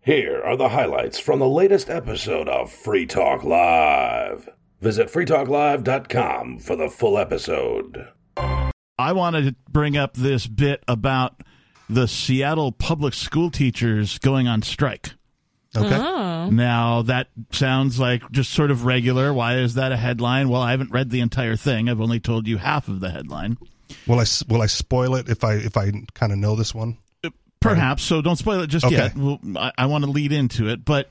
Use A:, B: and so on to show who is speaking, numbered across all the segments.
A: Here are the highlights from the latest episode of Free Talk Live. Visit freetalklive.com for the full episode.
B: I wanted to bring up this bit about the Seattle public school teachers going on strike.
C: Okay.
D: Uh-huh.
B: Now, that sounds like just sort of regular. Why is that a headline? Well, I haven't read the entire thing. I've only told you half of the headline.
C: Will I s- will I spoil it if I if I kind of know this one?
B: Perhaps. So don't spoil it just
C: Okay.
B: yet. Well, I, I want to lead into it. But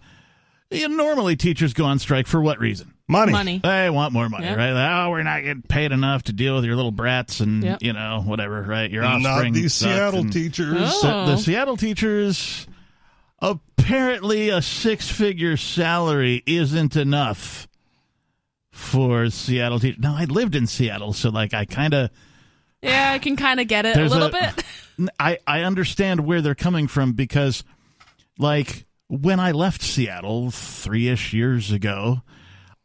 B: you know, normally teachers go on strike for what reason?
C: Money.
D: Money.
B: They want more money,
D: Yep.
B: right? Like, oh, we're not getting paid enough to deal with your little brats and,
D: Yep.
B: you know, whatever, right? Your
C: Not
B: offspring.
C: these
B: sucks
C: Seattle
B: and-
C: teachers.
D: Oh.
B: So the Seattle teachers apparently a six-figure salary isn't enough for Seattle teachers. Now I lived in Seattle, so like I kind of
D: Yeah, I can kind of get it
B: There's
D: a little
B: a-
D: bit.
B: I I understand where they're coming from because like when I left Seattle three-ish years ago,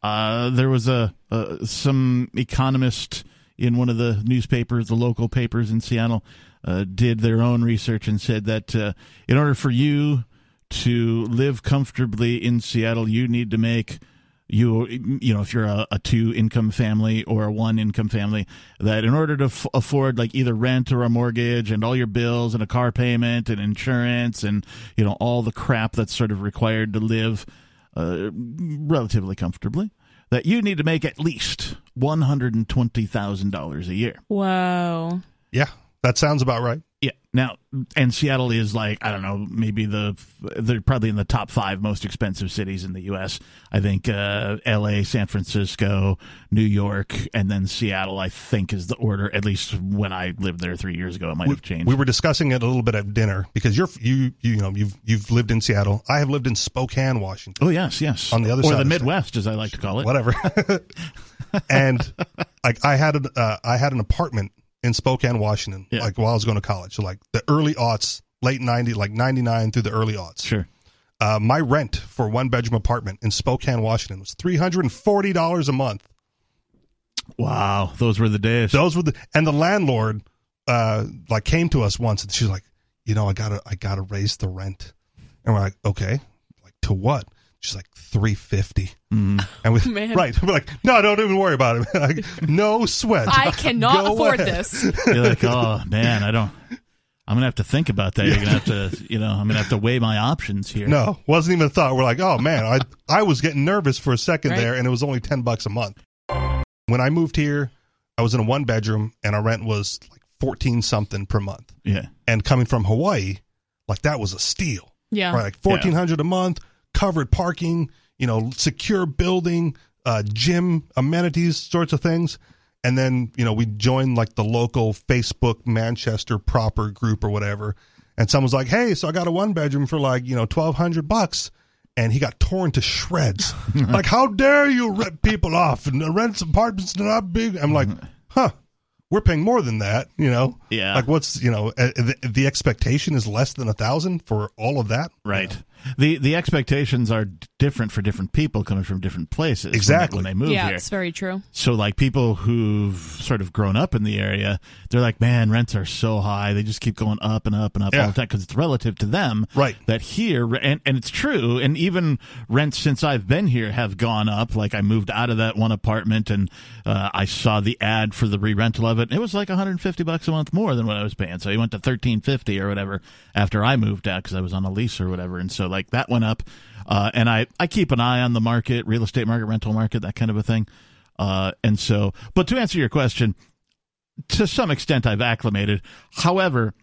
B: uh, there was a uh, some economist in one of the newspapers, the local papers in Seattle, uh, did their own research and said that uh, in order for you to live comfortably in Seattle, you need to make you you know if you're a, a two income family or a one income family that in order to f- afford like either rent or a mortgage and all your bills and a car payment and insurance and you know all the crap that's sort of required to live uh, relatively comfortably that you need to make at least $120,000 a year.
D: Wow.
C: Yeah, that sounds about right.
B: Yeah. Now, and Seattle is like, I don't know, maybe the, they're probably in the top five most expensive cities in the U.S. I think uh, L.A., San Francisco, New York, and then Seattle, I think is the order, at least when I lived there three years ago, it might have changed.
C: We were discussing it a little bit at dinner because you're you you know you've you've lived in Seattle. I have lived in Spokane, Washington.
B: oh, yes, yes.
C: On the other
B: or the
C: side of things.
B: Midwest, as I like to call it.
C: whatever. and like I had an uh, I had an apartment in Spokane, Washington,
B: Yeah.
C: like while I was going to college. So like the early aughts, late ninety, like ninety nine through the early aughts.
B: Sure.
C: Uh, my rent for one bedroom apartment in Spokane, Washington, was three hundred and forty dollars a month.
B: Wow. Those were the days.
C: Those were the and the landlord uh, like came to us once and she's like, you know, I gotta I gotta raise the rent, and we're like, okay, like to what? She's like three fifty.
B: Mm-hmm.
C: And we
D: man.
C: right, we're like, no, don't even worry about it. Like, no sweat.
D: I cannot
C: Go
D: afford
C: ahead.
D: this.
B: You're like, oh man, I don't. I'm gonna have to think about that. You're gonna have to, you know, I'm gonna have to weigh my options here.
C: No, wasn't even a thought. We're like, oh man, I I was getting nervous for a second
D: Right.
C: there, and it was only ten bucks a month. When I moved here, I was in a one bedroom, and our rent was like fourteen something per month.
B: Yeah.
C: And coming from Hawaii, like that was a steal.
D: Yeah.
C: Right, like fourteen hundred a month, covered parking, you know, secure building, uh, gym amenities, sorts of things. And then you know we joined like the local Facebook Manchester proper group or whatever, and someone's like, "Hey, so I got a one bedroom for like you know twelve hundred bucks," and he got torn to shreds. like, how dare you rip people off and the rent apartments are not big? I'm like, huh? We're paying more than that, you know.
B: Yeah.
C: Like, what's you know uh, the, the expectation is less than a thousand for all of that.
B: Right. The the expectations are d- different for different people coming from different places. when they-
C: Exactly.
B: When they, move
D: yeah,
B: here.
D: it's very true.
B: So like people who've sort of grown up in the area, they're like, man, rents are so high. They just keep going up and up and up
C: Yeah.
B: all the time because it's relative to them.
C: Right.
B: That here, and, and it's true. And even rents since I've been here have gone up. Like I moved out of that one apartment and uh, I saw the ad for the re rental of it. It was like 150 bucks a month more than what I was paying. So it went to 1350 or whatever after I moved out because I was on a lease or whatever. And so like that went up. Uh, and I, I keep an eye on the market, real estate market, rental market, that kind of a thing. Uh, and so, but to answer your question, to some extent, I've acclimated. However,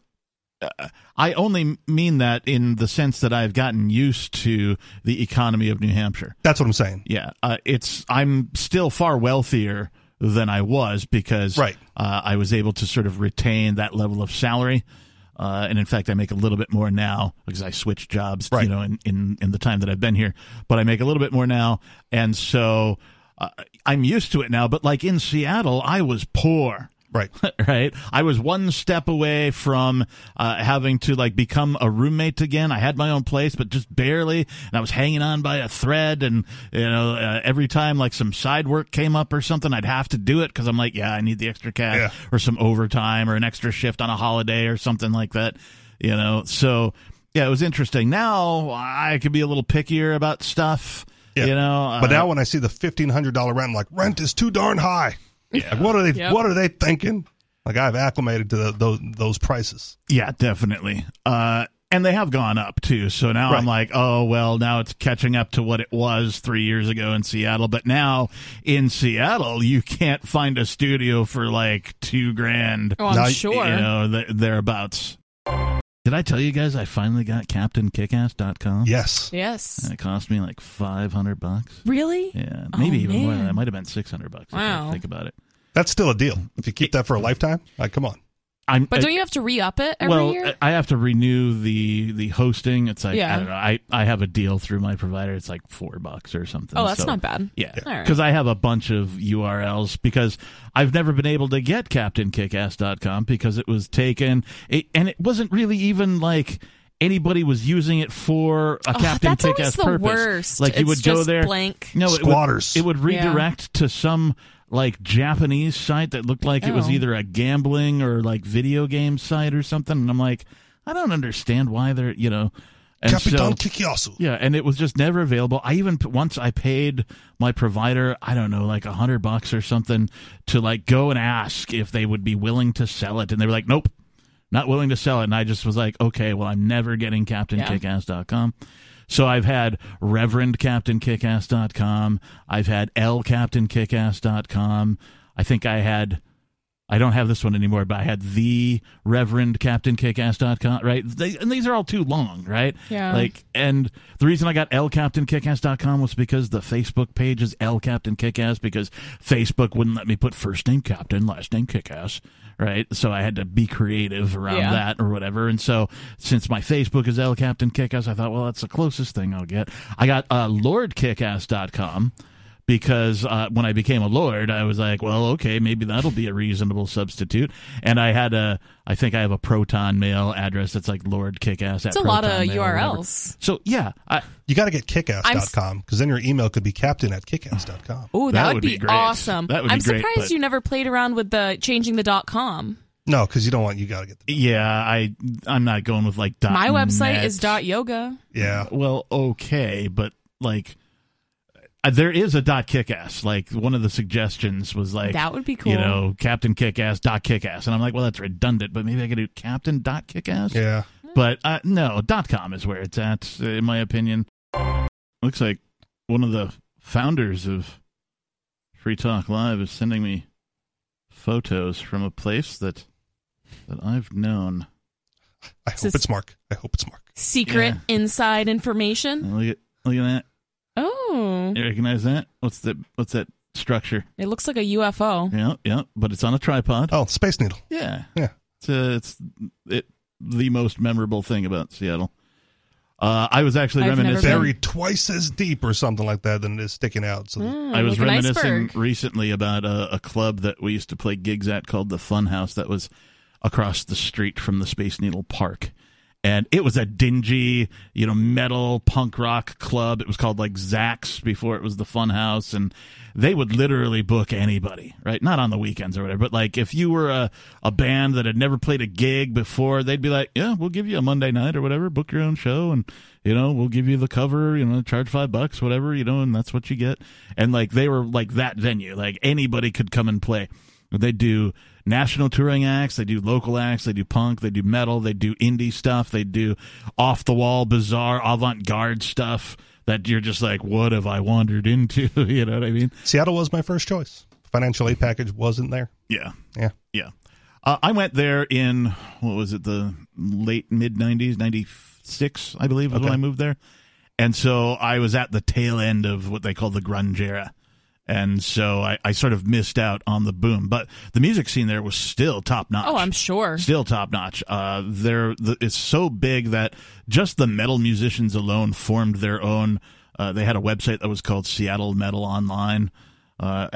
B: uh, I only mean that in the sense that I've gotten used to the economy of New Hampshire.
C: That's what I'm saying.
B: Yeah, uh, it's I'm still far wealthier than I was because
C: Right.
B: uh, I was able to sort of retain that level of salary. Uh, and in fact, I make a little bit more now because I switched jobs,
C: Right.
B: you know, in, in, in the time that I've been here. But I make a little bit more now, and so uh, I'm used to it now. But like in Seattle, I was poor
C: Right.
B: right? I was one step away from uh, having to like become a roommate again. I had my own place, but just barely, and I was hanging on by a thread. And you know, uh, every time like some side work came up or something, I'd have to do it because I'm like, yeah, I need the extra cash
C: Yeah.
B: or some overtime or an extra shift on a holiday or something like that. You know, so yeah, it was interesting. Now I could be a little pickier about stuff.
C: Yeah.
B: You know,
C: But
B: uh,
C: now when I see the fifteen hundred dollar rent, I'm like, rent is too darn high. Like, what are they?
D: Yep.
C: What are they thinking? Like I've acclimated to the, those those prices.
B: yeah, definitely. Uh, and they have gone up too. So now
C: Right.
B: I'm like, oh well, now it's catching up to what it was three years ago in Seattle. But now in Seattle, you can't find a studio for like two grand.
D: Oh, I'm
C: Now,
D: sure.
B: You know, th- thereabouts. Did I tell you guys I finally got CaptainKickass.com?
C: Yes,
D: Yes.
B: And it cost me like 500 bucks.
D: Really?
B: Yeah,
D: Oh,
B: maybe even more than
D: man.
B: that. It might have been 600 bucks. if I
D: Wow.
B: Think about it.
C: that's still a deal if you keep that for a lifetime. Like, come on,
B: I'm,
D: But
B: I-
D: don't you have to re up it every
B: well, uh,
D: year?
B: I have to renew the the hosting. It's like
D: Yeah.
B: I don't know. I, I have a deal through my provider. It's like four bucks or something.
D: oh, that's
B: So,
D: not bad.
B: Yeah,
D: All right.
B: because I have a bunch of URLs because I've never been able to get CaptainKickass.com because it was taken, it, and it wasn't really even like anybody was using it for a
D: Oh,
B: Captain
D: that's always
B: Kickass
D: the
B: purpose.
D: worst.
B: Like you
D: It's
B: would go
D: just
B: there,
D: blank.
B: no it would-
C: Squatters.
B: It would,
D: Yeah.
B: redirect to some like Japanese site that looked like it was
D: Oh.
B: either a gambling or like video game site or something, and I'm like, I don't understand why they're you know. And so-
C: Capitan Kikiasu.
B: yeah, and it was just never available. I even once I paid my provider, I don't know, like a hundred bucks or something, to like go and ask if they would be willing to sell it, and they were like, "Nope, not willing to sell it." And I just was like, "Okay, well, I'm never getting CaptainKickass.com." So I've had Reverend CaptainKickass.com. I've had L CaptainKickass.com. I think I had. I don't have this one anymore, but I had the Reverend Captain Kickass.com, right? They, and these are all too long, right?
D: Yeah.
B: Like, and the reason I got lcaptainkickass.com was because the Facebook page is L Captain Kickass because Facebook wouldn't let me put first name Captain, last name Kickass, right? So I had to be creative around
D: Yeah.
B: that or whatever. And so since my Facebook is L Captain Kickass, I thought, well, that's the closest thing I'll get. I got uh, LordKickass.com because uh, when I became a lord, I was like, well, okay, maybe that'll be a reasonable substitute. And I had a, I think I have a proton mail address that's like Lord Kickass.
D: It's a lot of URLs.
B: So yeah, I,
C: You got to get
D: I'm-
C: kickass.com because then your email could be captain at kickass.com.
D: Oh, that,
B: That
D: would,
B: would
D: be,
B: be great.
D: awesome.
B: That would be
D: I'm
B: great,
D: surprised
B: but-
D: you never played around with the changing the dot com.
C: No, because you don't want, you got to get the.
B: yeah, I, I'm not going with like dot
D: My website
B: net.
D: is dot yoga.
C: Yeah.
B: Well, okay, but like. uh, There is a dot kickass. Like one of the suggestions was like
D: That would be cool.
B: You know, Captain Kickass dot kickass, and I'm like, well, that's redundant, but maybe I could do Captain dot kickass.
C: Yeah.
B: But uh, no, dot com is where it's at, in my opinion. Looks like one of the founders of Free Talk Live is sending me photos from a place that that I've known.
C: I hope
D: This-
C: it's Mark. I hope it's Mark.
D: Secret
B: Yeah.
D: inside information.
B: Look at look at that.
D: Oh,
B: You recognize that? What's that? What's that structure?
D: it looks like a UFO.
B: Yeah, yeah. But it's on a tripod.
C: Oh, Space Needle.
B: Yeah,
C: Yeah.
B: It's uh, it's it, the most memorable thing about Seattle. Uh, I was actually
D: I've never
B: reminiscing.
D: been.
C: Buried twice as deep or something like that than it is sticking out. So
D: Mm,
B: I was
D: like an
B: reminiscing
D: iceberg.
B: recently about a, a club that we used to play gigs at called the Fun House that was across the street from the Space Needle Park. And it was a dingy, you know, metal punk rock club. It was called like Zax before it was the Fun House, and they would literally book anybody, right? Not on the weekends or whatever, but like if you were a, a band that had never played a gig before, they'd be like, "Yeah, we'll give you a Monday night or whatever. Book your own show, and you know, we'll give you the cover. You know, charge five bucks, whatever. You know, and that's what you get." And like they were like that venue, like anybody could come and play. They do national touring acts, they do local acts, they do punk, they do metal, they do indie stuff, they do off the wall, bizarre, avant garde stuff that you're just like, what have I wandered into? you know what I mean?
C: Seattle was my first choice. Financial aid package wasn't there.
B: Yeah.
C: Yeah.
B: Yeah. Uh, I went there in, what was it, the late mid 90s, 96, I believe, was when
C: Okay.
B: I moved there. And so I was at the tail end of what they call the grunge era. And so I, I sort of missed out on the boom. But the music scene there was still top notch
D: Oh, I'm sure.
B: still top notch. Uh, they're the, it's so big that just the metal musicians alone formed their own. Uh, they had a website that was called Seattle Metal Online, uh,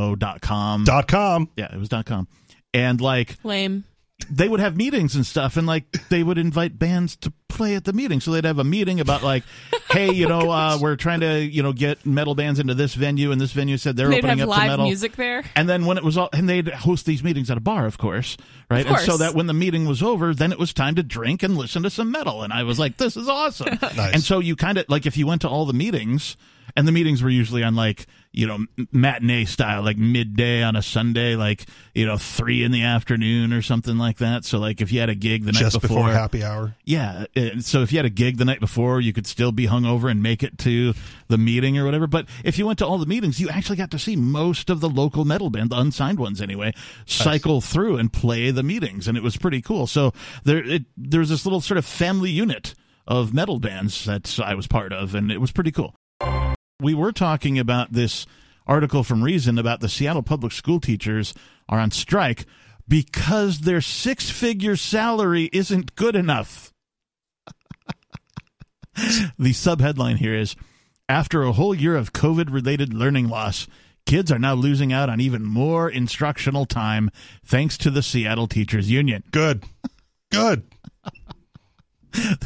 B: smo.com.
C: Dot com.
B: yeah, it was dot .com. And like
D: Lame.
B: they would have meetings and stuff and like they would invite bands to play at the meeting so they'd have a meeting about like hey, you
D: Oh,
B: know, uh, we're trying to, you know, get metal bands into this venue, and this venue said they're
D: They'd
B: opening
D: have
B: up to
D: live
B: metal.
D: music there.
B: And then when it was all, and they'd host these meetings at a bar, of course, right?
D: Of
B: And so
D: course.
B: that when the meeting was over, then it was time to drink and listen to some metal. And I was like, this is awesome.
C: Nice.
B: And so you kind of, like, if you went to all the meetings, and the meetings were usually on like, you know, m- matinee style, like midday on a Sunday, like, you know, three in the afternoon or something like that. So, like, if you had a gig the
C: just
B: night
C: before,
B: before,
C: happy hour.
B: yeah. uh, So if you had a gig the night before, you could still be hungover and make it to the meeting or whatever. But if you went to all the meetings, you actually got to see most of the local metal band, the unsigned ones anyway, cycle through and play the meetings, and it was pretty cool. So there, it, there was this little sort of family unit of metal bands that I was part of, and it was pretty cool. We were talking about this article from Reason about the Seattle public school teachers are on strike because their six figure salary isn't good enough. the subheadline here is After a whole year of COVID related learning loss, kids are now losing out on even more instructional time thanks to the Seattle Teachers Union.
C: Good, good.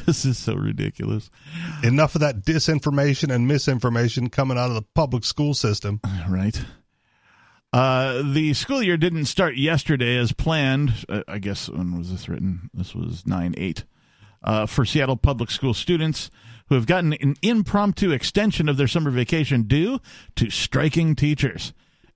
B: This is so ridiculous.
C: Enough of that disinformation and misinformation coming out of the public school system.
B: Right. Uh, the school year didn't start yesterday as planned. Uh, I guess when was this written? This was 9 8. Uh, for Seattle public school students who have gotten an impromptu extension of their summer vacation due to striking teachers.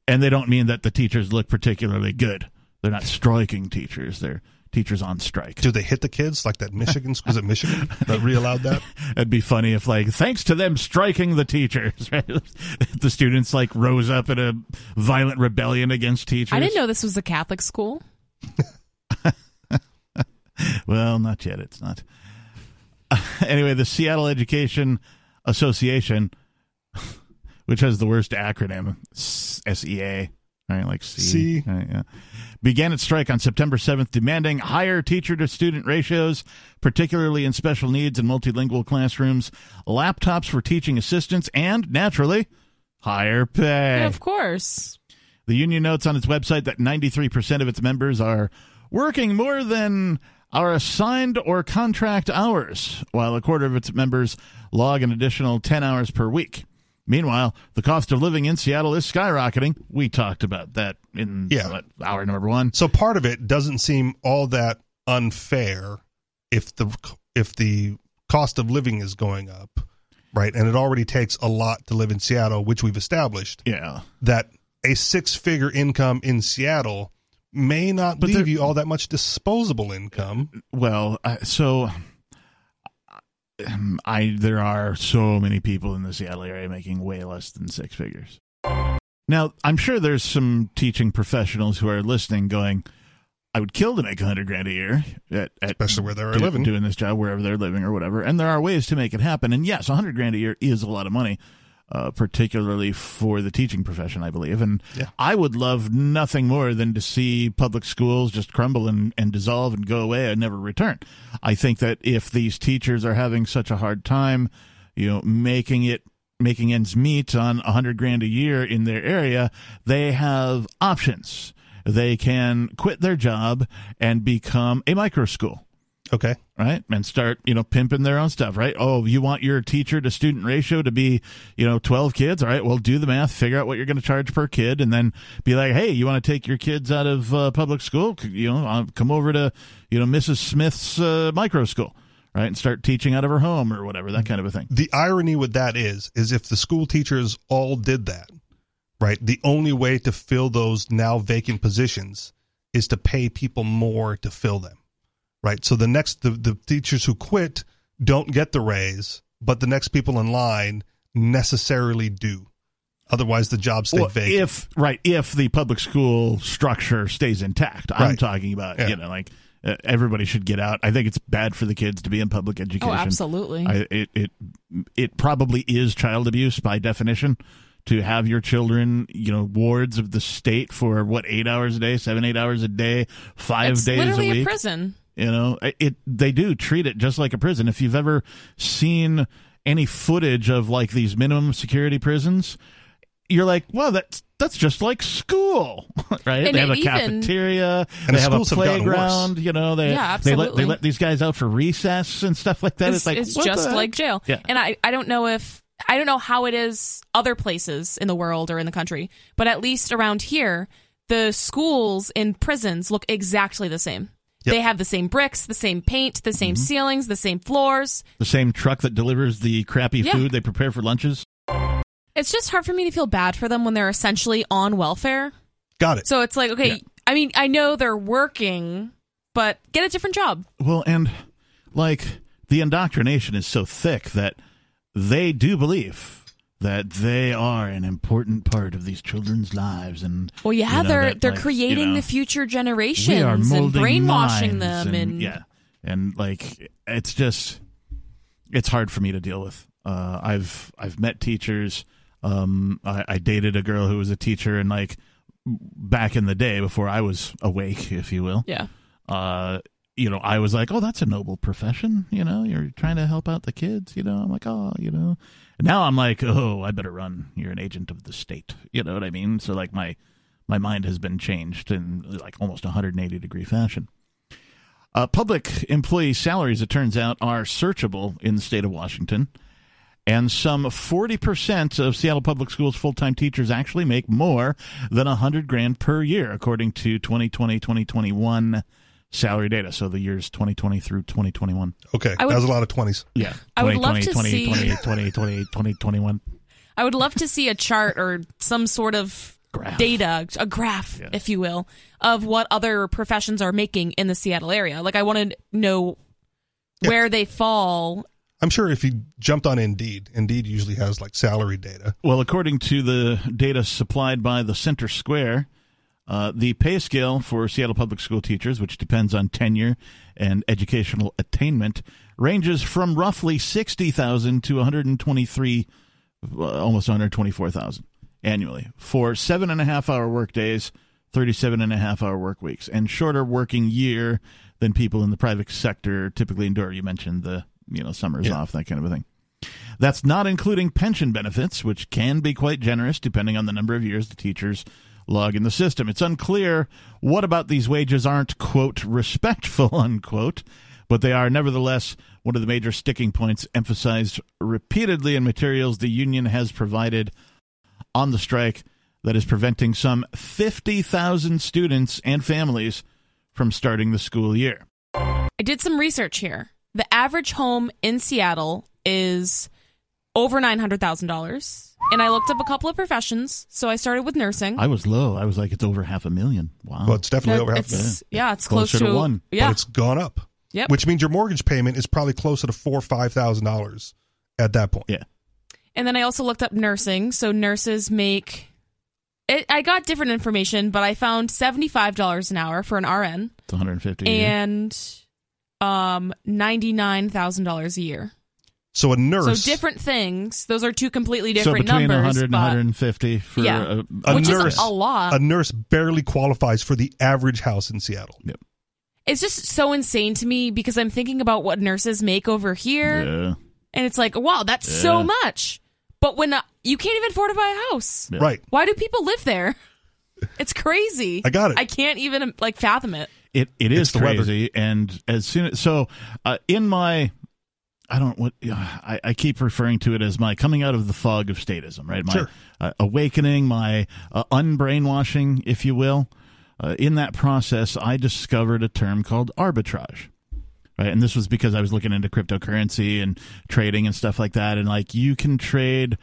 B: And they don't mean that the teachers look particularly good. They're not striking teachers, they're teachers on strike.
C: Do they hit the kids like that? Michigan was it Michigan that re allowed that?
B: It'd be funny if, like, thanks to them striking the teachers, right? the students, like, rose up in a violent rebellion against teachers.
D: I didn't know this was a Catholic school.
B: Well, not yet. It's not. anyway, the Seattle Education Association, which has the worst acronym, SEA, right? Like C.
C: C.
B: right, yeah, began its strike on September 7th, demanding higher teacher to student ratios, particularly in special needs and multilingual classrooms, laptops for teaching assistants, and naturally, higher pay.
D: Yeah, of course.
B: The union notes on its website that 93% of its members are working more than are assigned or contract hours, while a quarter of its members log an additional 10 hours per week. Meanwhile, the cost of living in Seattle is skyrocketing. We talked about that in
C: Yeah.
B: what, hour number one.
C: So part of it doesn't seem all that unfair if the if the cost of living is going up, right? And it already takes a lot to live in Seattle, which we've established
B: Yeah.
C: that a six-figure income in Seattle may not
B: But
C: leave
B: there-
C: you all that much disposable income.
B: Well, uh, so um, I there are so many people in the Seattle area making way less than six figures. Now, I'm sure there's some teaching professionals who are listening going, I would kill to make 100 grand a year at, at
C: Especially where they're
B: do-
C: living.
B: doing this job wherever they're living or whatever. And there are ways to make it happen. And yes, 100 grand a year is a lot of money, uh, particularly for the teaching profession, I believe. And
C: Yeah.
B: I would love nothing more than to see public schools just crumble and, and dissolve and go away and never return. I think that if these teachers are having such a hard time, you know, making it making ends meet on 100 grand a year in their area, they have options. They can quit their job and become a micro school
C: Okay.
B: right and start you know pimping their own stuff right oh you want your teacher to student ratio to be you know 12 kids all right well do the math figure out what you're going to charge per kid and then be like hey you want to take your kids out of uh, public school C- you know uh, come over to you know mrs smith's uh, micro school right and start teaching out of her home or whatever that kind of a thing
C: the irony with that is is if the school teachers all did that right the only way to fill those now vacant positions is to pay people more to fill them right so the next the, the teachers who quit don't get the raise but the next people in line necessarily do otherwise the job stay
B: Well,
C: vacant
B: If right, if the public school structure stays intact, I'm
C: Right.
B: talking about
C: Yeah.
B: you know like uh, everybody should get out. I think it's bad for the kids to be in public education.
D: Oh, absolutely.
B: I, it it it probably is child abuse by definition to have your children you know wards of the state for what eight hours a day, seven eight hours a day, five
D: it's
B: days
D: literally
B: a week.
D: prison.
B: You know, it, it they do treat it just like a prison. If you've ever seen any footage of like these minimum security prisons, you're like, well, that's that's just like school, right?
D: And
B: they have a
D: it even-
B: cafeteria,
C: And
B: they
C: the
B: have a
C: schools have gotten worse.
B: playground. You know, they
D: Yeah,
B: they let they
D: absolutely.
B: let these guys out for recess and stuff like that. It's,
D: It's,
B: like
D: it's
B: what the
D: just
B: heck?
D: like jail.
B: Yeah.
D: And I, I don't know if I don't know how it is other places in the world or in the country, but at least around here, the schools and prisons look exactly the same.
C: Yep.
D: They have the same bricks, the same paint, the
B: Mm-hmm.
D: same ceilings, the same floors.
B: the same truck that delivers the crappy
D: Yeah.
B: food they prepare for lunches.
D: It's just hard for me to feel bad for them when they're essentially on welfare.
C: Got it.
D: So it's like, okay,
B: Yeah.
D: I mean, I know they're working, but get a different job.
B: Well, and like the indoctrination is so thick that they do believe that they are an important part of these children's lives and
D: Well, yeah,
B: you know,
D: they're
B: that,
D: they're
B: like,
D: creating
B: you know,
D: the future generations
B: we are
D: and
B: molding
D: brainwashing
B: minds
D: them, and
B: yeah and like it's just it's hard for me to deal with uh i've i've met teachers um i, I dated a girl who was a teacher and like back in the day before i was awake if you will
D: yeah.
B: uh, you know, I was like, oh, that's a noble profession. You know, you're trying to help out the kids. You know, I'm like, oh, you know. And now I'm like, oh, I better run. You're an agent of the state. You know what I mean? So like my my mind has been changed in like almost 180 degree fashion. Uh, public employee salaries, it turns out, are searchable in the state of Washington. And some 40% of Seattle Public Schools full time teachers actually make more than 100 grand per year, according to 2020 2021 salary data. So the years 2020 through 2021.
C: Okay.
D: I would-
C: that was a lot of 20s.
B: Yeah.
D: I would love to
B: 20,
D: see-
B: 20, 20, 20, 20, 21.
D: I would love to see a chart or some sort of
B: Graph.
D: data, a graph,
B: Yes.
D: if you will, of what other professions are making in the Seattle area. Like, I want to know where they fall.
C: I'm sure if you jumped on Indeed, Indeed usually has like salary data.
B: Well, according to the data supplied by the Center Square, uh, the pay scale for Seattle public school teachers, which depends on tenure and educational attainment, ranges from roughly sixty thousand to one hundred and twenty-three, uh, almost one hundred twenty-four thousand annually for seven and a half hour work days, thirty-seven and a half hour work weeks, and shorter working year than people in the private sector typically endure. You mentioned the you know summers
C: Yeah.
B: off, that kind of a thing. That's not including pension benefits, which can be quite generous depending on the number of years the teachers log in the system. It's unclear what about these wages aren't, quote, respectful, unquote, but they are nevertheless one of the major sticking points emphasized repeatedly in materials the union has provided on the strike that is preventing some 50,000 students and families from starting the school year.
D: I did some research here. The average home in Seattle is over $900,000. And I looked up a couple of professions. So I started with nursing.
B: I was low. I was like, it's over half a million. Wow.
C: Well, it's definitely over half a million,
D: it's, yeah, it's close
B: Closer to one.
D: Yeah.
C: but it's gone up.
D: Yep.
C: Which means your mortgage payment is probably closer to four or five thousand dollars at that point.
B: yeah.
D: And then I also looked up nursing. So nurses make. It, I got different information, but I found seventy-five dollars an hour for an RN
B: It's 150. a year.
D: and um ninety-nine thousand dollars a year.
C: So a nurse,
D: So different things. Those are two completely
B: so
D: different
B: between
D: numbers.
B: 100 and
D: but-
B: 150 for
D: Yeah.
B: a,
C: A
D: which
C: nurse.
D: is a lot.
C: a nurse barely qualifies for the average house in Seattle.
D: it's just so insane to me because I'm thinking about what nurses make over here,
B: Yeah.
D: and it's like, wow, that's so
B: Yeah.
D: much. But when uh, you can't even afford to buy a house,
B: Yeah.
C: Right.
D: why do people live there? It's crazy.
C: I got it.
D: I can't even um, like fathom it.
B: It it is
C: It's the weather.
B: crazy, and as soon as so, uh, in my, I don't what I, I keep referring to it as my coming out of the fog of statism, right? My
C: Sure.
B: uh, awakening, my uh, unbrainwashing, if you will. Uh, in that process, I discovered a term called arbitrage. right? And this was because I was looking into cryptocurrency and trading and stuff like that. And like you can trade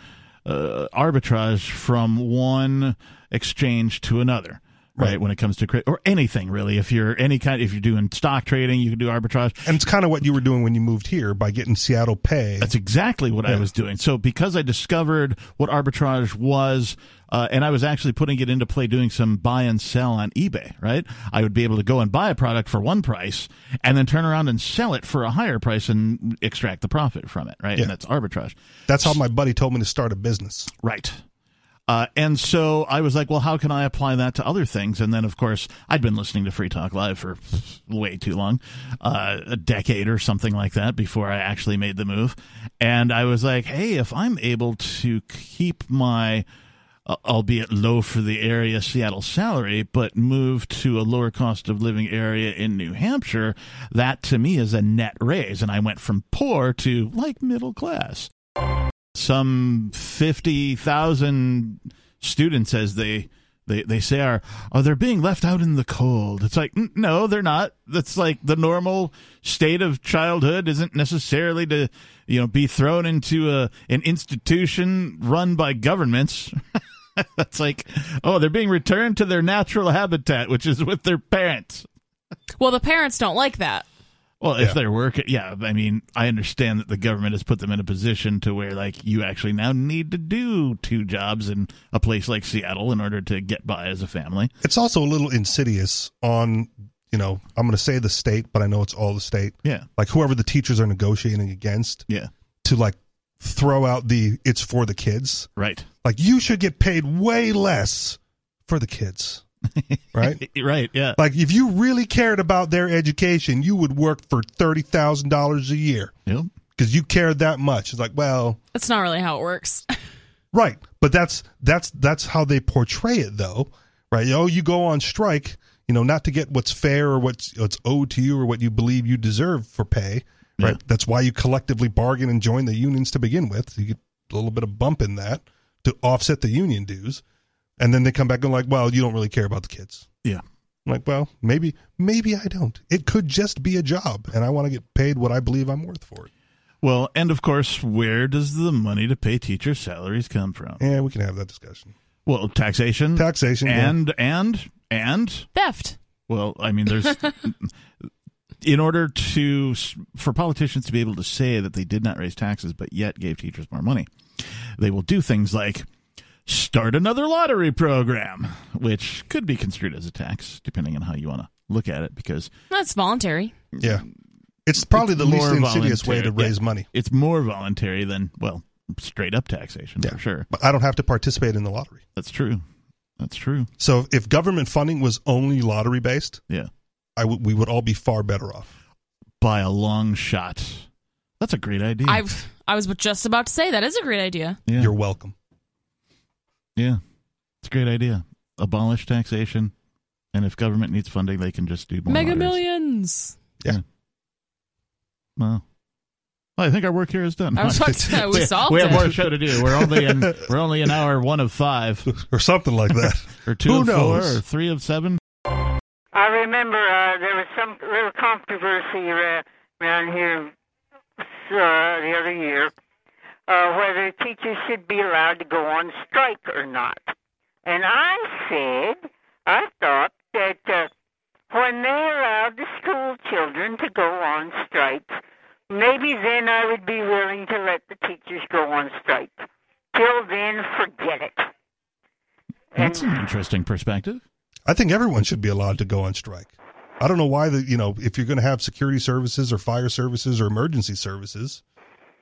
B: uh, arbitrage from one exchange to another. Right.
C: Right.
B: when it comes to crypto or anything really, if you're any kind, if you're doing stock trading, you can do arbitrage.
C: And it's kind of what you were doing when you moved here by getting Seattle pay.
B: That's exactly what I
C: Yeah.
B: was doing. So because I discovered what arbitrage was, uh, and I was actually putting it into play doing some buy and sell on eBay, right? I would be able to go and buy a product for one price and then turn around and sell it for a higher price and extract the profit from it, right?
C: Yeah.
B: And that's arbitrage.
C: That's how my buddy told me to start a business.
B: Right. Uh, and so I was like, well, how can I apply that to other things? And then, of course, I'd been listening to Free Talk Live for way too long, uh, a decade or something like that before I actually made the move. And I was like, hey, if I'm able to keep my uh, albeit low for the area Seattle salary, but moved to a lower cost of living area in New Hampshire, that to me is a net raise. And I went from poor to like middle class. Some 50,000 students, as they they, they say are oh they're being left out in the cold it's like "N- no they're not that's like the normal state of childhood isn't necessarily to you know be thrown into a an institution run by governments that's like oh they're being returned to their natural habitat which is with their parents
D: Well, the parents don't like that.
B: well
C: Yeah.
B: if they're working yeah i mean i understand that the government has put them in a position to where like you actually now need to do two jobs in a place like seattle in order to get by as a family
C: It's also a little insidious on, you know, I'm going to say the state, but I know it's all the state.
B: yeah
C: Like whoever the teachers are negotiating against
B: yeah
C: to like throw out the it's for the kids.
B: right
C: Like you should get paid way less for the kids. Right?
B: Right. Yeah.
C: like if you really cared about their education, you would work for $30,000 a year
B: Yep.
C: because you cared that much. It's like, well,
D: That's not really how it works.
C: Right, but that's that's that's how they portray it, though, right? Oh, you go on strike, you know, not to get what's fair or what's what's owed to you or what you believe you deserve for pay, right?
B: Yeah.
C: That's why you collectively bargain and join the unions to begin with. you get a little bit of bump in that to offset the union dues, and then they come back and like, well, you don't really care about the kids.
B: Yeah.
C: I'm like, well, maybe maybe I don't. It could just be a job, and I want to get paid what I believe I'm worth for it.
B: Well, and of course, where does the money to pay teacher salaries come from?
C: Yeah, we can have that discussion.
B: Well, taxation,
C: Taxation yeah.
B: Hmm. and and and
D: Theft.
B: well, I mean, there's in order to for politicians to be able to say that they did not raise taxes but yet gave teachers more money, they will do things like start another lottery program, which could be construed as a tax, depending on how you want to look at it, because
D: That's voluntary.
C: Yeah. It's probably the least
B: more
C: insidious way to
B: voluntary, yeah.
C: raise money.
B: it's more voluntary than well, straight up taxation for sure.
C: But I don't have to participate in the lottery.
B: That's true. That's true.
C: So if government funding was only lottery based,
B: Yeah.
C: I w- we would all be far better off.
B: By a long shot. That's a great idea.
D: I I was just about to say that is a great idea.
B: yeah.
C: You're welcome.
B: yeah. It's a great idea. Abolish taxation. And if government needs funding, they can just do more.
D: Mega
B: lotteries.
D: Millions.
B: Wow. Well, I think our work here is done.
D: I was about to say, we solved
B: we have
D: it.
B: more show to do. We're only in we're only an hour one of five,
C: Or something like that.
B: or two
C: Who
B: of four,
C: knows?
B: or three of seven.
E: I remember uh, there was some little controversy ra- around here uh, the other year uh, whether teachers should be allowed to go on strike or not. And I said, I thought that uh, when they allowed the school children to go on strike, maybe then I would be willing to let the teachers go on strike. Till then, forget it.
B: That's an interesting perspective.
C: I think everyone should be allowed to go on strike. I don't know why the you know if you're going to have security services or fire services or emergency services,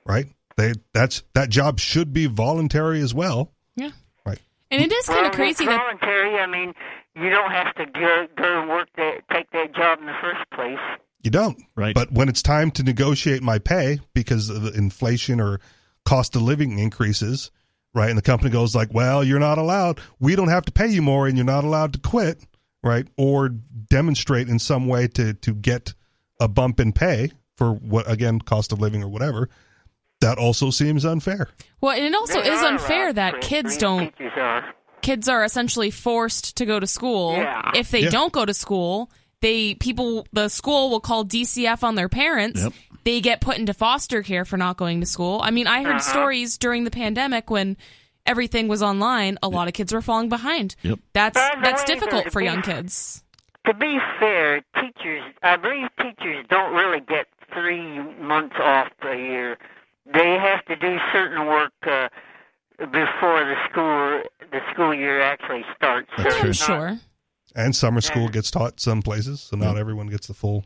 C: right? They that's that job should be voluntary as well.
D: Yeah.
C: Right.
D: And it is kind
E: Well,
D: of crazy
E: that's
D: that
E: voluntary. I mean, you don't have to go, go and work that, take that job in the first place.
C: You don't.
B: Right.
C: But when it's time to negotiate my pay because of the inflation or cost of living increases, right? And the company goes like, "Well, you're not allowed. We don't have to pay you more and you're not allowed to quit, right? Or demonstrate in some way to to get a bump in pay for what again, cost of living or whatever." That also seems unfair.
D: well, and it also
E: They
D: is
E: are
D: unfair
E: allowed
D: that
E: to
D: kids
E: train
D: don't
E: Teachers are.
D: kids are essentially forced to go to school.
E: Yeah.
D: If they
C: Yeah.
D: don't go to school, they people the school will call DCF on their parents.
B: Yep.
D: They get put into foster care for not going to school. I mean,
E: Uh-huh.
D: I heard stories during the pandemic when everything was online, a lot of kids were falling behind.
B: Yep.
D: That's
E: By the
D: that's
E: way,
D: difficult
E: there's
D: for
E: a
D: young
E: big-
D: kids.
E: To be fair, teachers, I believe teachers don't really get three months off a year. They have to do certain work uh, before the school the school year actually starts.
B: That's
E: so
B: true.
D: I'm
E: it's not-
D: sure.
C: And summer school gets taught some places, so not everyone gets the full.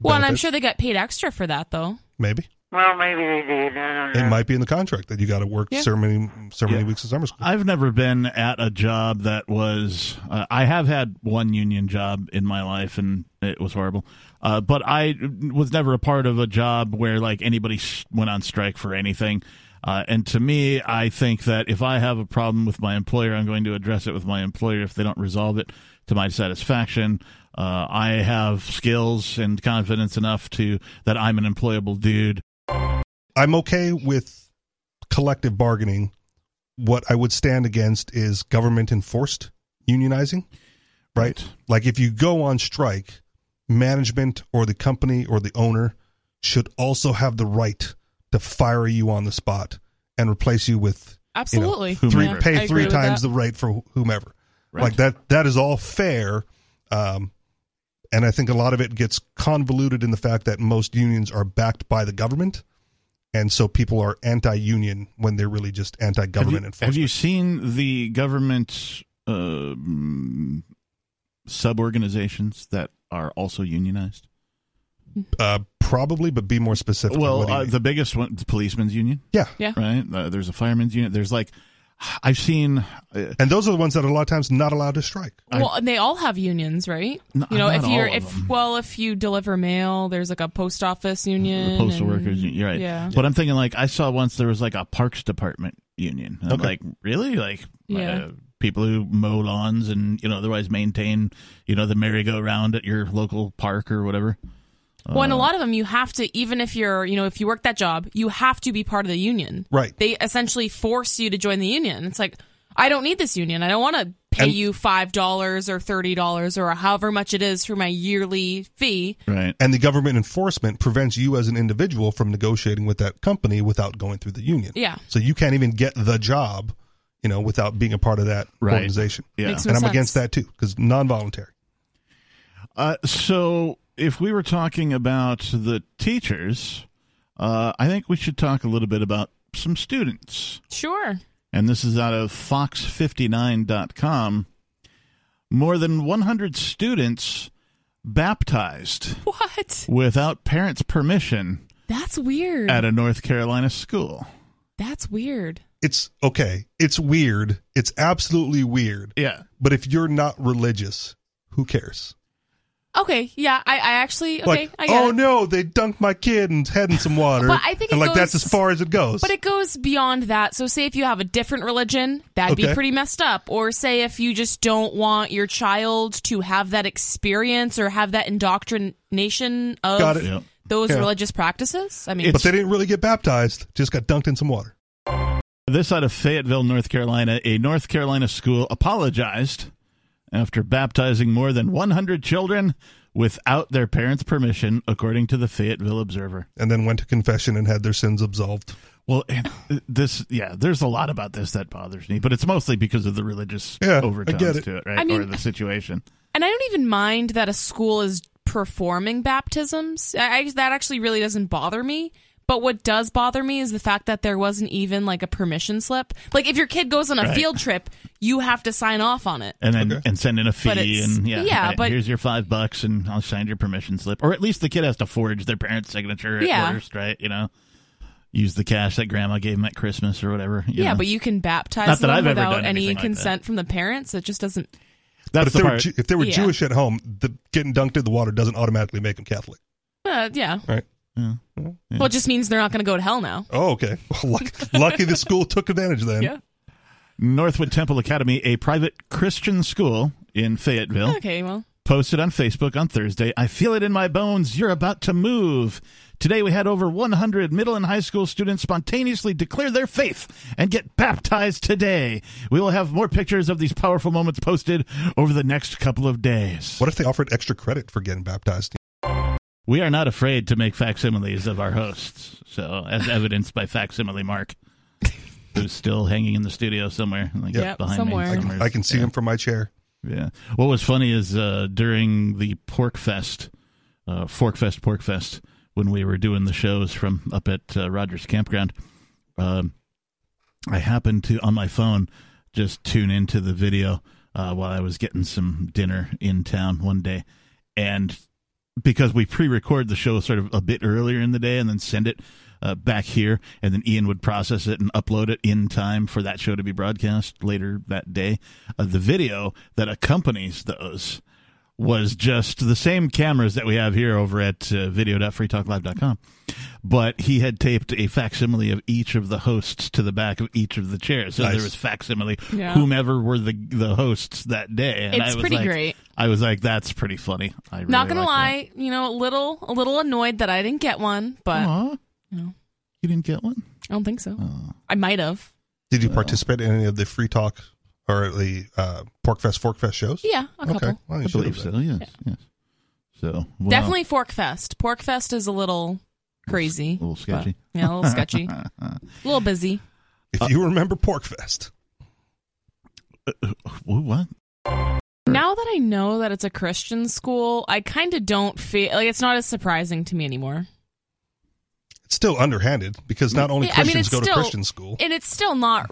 D: Well, and I'm
C: benefit.
D: sure they get paid extra for that though.
C: maybe
E: Well, maybe they did. I don't know.
C: it might be in the contract that you got to work
D: Yeah.
C: so many so many
B: Yeah.
C: weeks of summer school.
B: I've never been at a job that was. Uh, I have had one union job in my life, and it was horrible. Uh, but I was never a part of a job where like anybody s- went on strike for anything. Uh, and to me, I think that if I have a problem with my employer, I'm going to address it with my employer. If they don't resolve it to my satisfaction, uh, I have skills and confidence enough to that I'm an employable dude.
C: I'm okay with collective bargaining. What I would stand against is government enforced unionizing, right? Like if you go on strike, management or the company or the owner should also have the right to fire you on the spot and replace you with you know,
D: Absolutely.
C: three
B: Whomever.
D: I
C: pay
D: agree
C: three
D: with
C: times
D: that.
C: the rate for wh- whomever.
B: Right.
C: Like that that is all fair. Um and I think a lot of it gets convoluted in the fact that most unions are backed by the government. And so people are anti union when they're really just anti
B: have
C: government
B: you,
C: enforcement.
B: Have you seen the government uh, sub organizations that are also unionized?
C: uh, probably, but be more specific. What
B: Well,
C: do you
B: uh,
C: mean?
B: the biggest one, the policemen's union,
C: yeah.
D: Yeah.
B: right? Uh, there's a firemen's union. There's like, I've seen. Uh,
C: And those are the ones that are a lot of times not allowed to strike.
D: well, and they all have unions, right?
B: No,
D: you know,
B: not
D: if you're
B: all of
D: if
B: them.
D: well, if you deliver mail, there's like a post office union,
B: the postal
D: and-
B: workers union. You're right.
D: Mm-hmm. Yeah.
B: But I'm thinking like I saw once there was like a parks department union. And I'm
C: Okay.
B: like, really? Like
D: Yeah.
B: uh, people who mow lawns and you know otherwise maintain you know the merry-go-round at your local park or whatever. Uh,
D: Well, and a lot of them, you have to even if you're, you know, if you work that job, you have to be part of the union.
C: Right.
D: They essentially force you to join the union. It's like I don't need this union. I don't want to pay
C: And-
D: you five dollars or thirty dollars or however much it is for my yearly fee.
B: Right.
C: And the government enforcement prevents you as an individual from negotiating with that company without going through the union.
D: Yeah.
C: So you can't even get the job, you know, without being a part of that
B: Right.
C: organization.
B: Yeah.
D: Makes
C: And I'm
D: sense.
C: against that too because non-voluntary.
B: Uh, so if we were talking about the teachers, uh, I think we should talk a little bit about some students.
D: Sure.
B: and this is out of fox59.com more than 100 students baptized
D: What?
B: without parents permission
D: That's weird.
B: at a North Carolina school.
D: That's weird.
C: It's okay. It's weird. It's absolutely weird.
B: Yeah.
C: But if you're not religious, who cares?
D: Okay. Yeah. I, I actually. Okay.
C: like,
D: I get
C: oh
D: it.
C: no, they dunked my kid and head in some water.
D: But I think
C: and
D: it
C: like that's
D: goes-
C: as far as it goes.
D: But it goes beyond that. So, say if you have a different religion, that'd be
C: Okay.
D: pretty messed up. Or say if you just don't want your child to have that experience or have that indoctrination of
C: Got it.
B: Yeah.
D: those
C: Yeah.
D: religious practices. I mean,
C: but they didn't really get baptized; just got dunked in some water.
B: This out of Fayetteville, North Carolina, a North Carolina school apologized after baptizing more than 100 children without their parents' permission, according to the Fayetteville Observer.
C: and then went to confession and had their sins absolved.
B: Well, and this, yeah, there's a lot about this that bothers me, but it's mostly because of the religious
C: Yeah, I
B: overtones
C: get it.
B: to it, right?
D: I mean-
B: or the situation.
D: and I don't even mind that a school is performing baptisms. I, I, that actually really doesn't bother me. But what does bother me is the fact that there wasn't even like a permission slip. Like if your kid goes on a
B: Right.
D: field trip, you have to sign off on it.
B: and then
C: Okay.
B: and send in a
D: But
B: fee
D: it's-
B: and yeah,
D: yeah,
B: right,
D: but-
B: here's your five bucks and I'll sign your permission slip or at least the kid has to forge their parents' signature at
D: Yeah.
B: worst, right? You know, use the cash that grandma gave him at Christmas or whatever. you
D: Yeah,
B: know.
D: but you can baptize
B: Not that
D: them
B: I've ever
D: without
B: done
D: any
B: anything like that.
D: consent from the parents. It just doesn't
C: But
B: that's
C: if
B: the
C: they, were,
B: part.
C: Ju- if they were
D: Yeah.
C: Jewish at home, the getting dunked in the water doesn't automatically make them Catholic,
D: Uh, yeah.
C: right?
B: Yeah.
D: Well, it just means they're not going to go to hell now.
C: Oh, okay. Well, luck- lucky the school took advantage then.
D: Yeah.
B: Northwood Temple Academy, a private Christian school in Fayetteville.
D: Okay. Well,
B: posted on Facebook on Thursday. I feel it in my bones. You're about to move. Today, we had over 100 middle and high school students spontaneously declare their faith and get baptized today. We will have more pictures of these powerful moments posted over the next couple of days.
C: What if they offered extra credit for getting baptized?
B: We are not afraid to make facsimiles of our hosts, so as evidenced by facsimile Mark, who's still hanging in the studio somewhere, like
D: Yep,
B: behind
D: somewhere.
B: me.
D: I can-
B: somewhere's-
C: I can see
B: yeah.
C: him from my chair.
B: Yeah. What was funny is uh, during the Pork Fest, uh, Fork Fest, Pork Fest, when we were doing the shows from up at uh, Rogers Campground, um, I happened to on my phone just tune into the video uh, while I was getting some dinner in town one day, and because we pre-record the show sort of a bit earlier in the day and then send it uh, back here, and then Ian would process it and upload it in time for that show to be broadcast later that day. Uh, the video that accompanies those was just the same cameras that we have here over at uh, video.freetalklive.com. But he had taped a facsimile of each of the hosts to the back of each of the chairs. So
C: Nice.
B: there was facsimile,
D: Yeah.
B: whomever were the the hosts that day. And
D: It's
B: I was
D: pretty
B: like-
D: great.
B: I was like, that's pretty funny. I really
D: Not gonna
B: like
D: lie, you know, a little a little annoyed that I didn't get one, but
B: that.
D: I
B: Aw. You didn't get one? Oh,
D: don't think so. I might have.
C: Did you participate in any of the free talk or the uh, Porkfest Forkfest shows?
D: Yeah, a couple.
C: Okay, well, you
B: I
C: should
B: believe
C: have
B: so.
C: been.
B: Yes, yes. So well,
D: Definitely Forkfest. Porkfest is a little crazy.
B: a little sketchy.
D: but- yeah, a little sketchy. A little busy.
C: If you remember Porkfest,
B: Ooh, what?
D: Now that I know that it's a Christian school, I kind of don't feel like it's not as surprising to me anymore.
C: it's still underhanded because not only
D: Yeah, I mean,
C: Christians
D: it's
C: go to
D: still-
C: Christian school.
D: And it's still not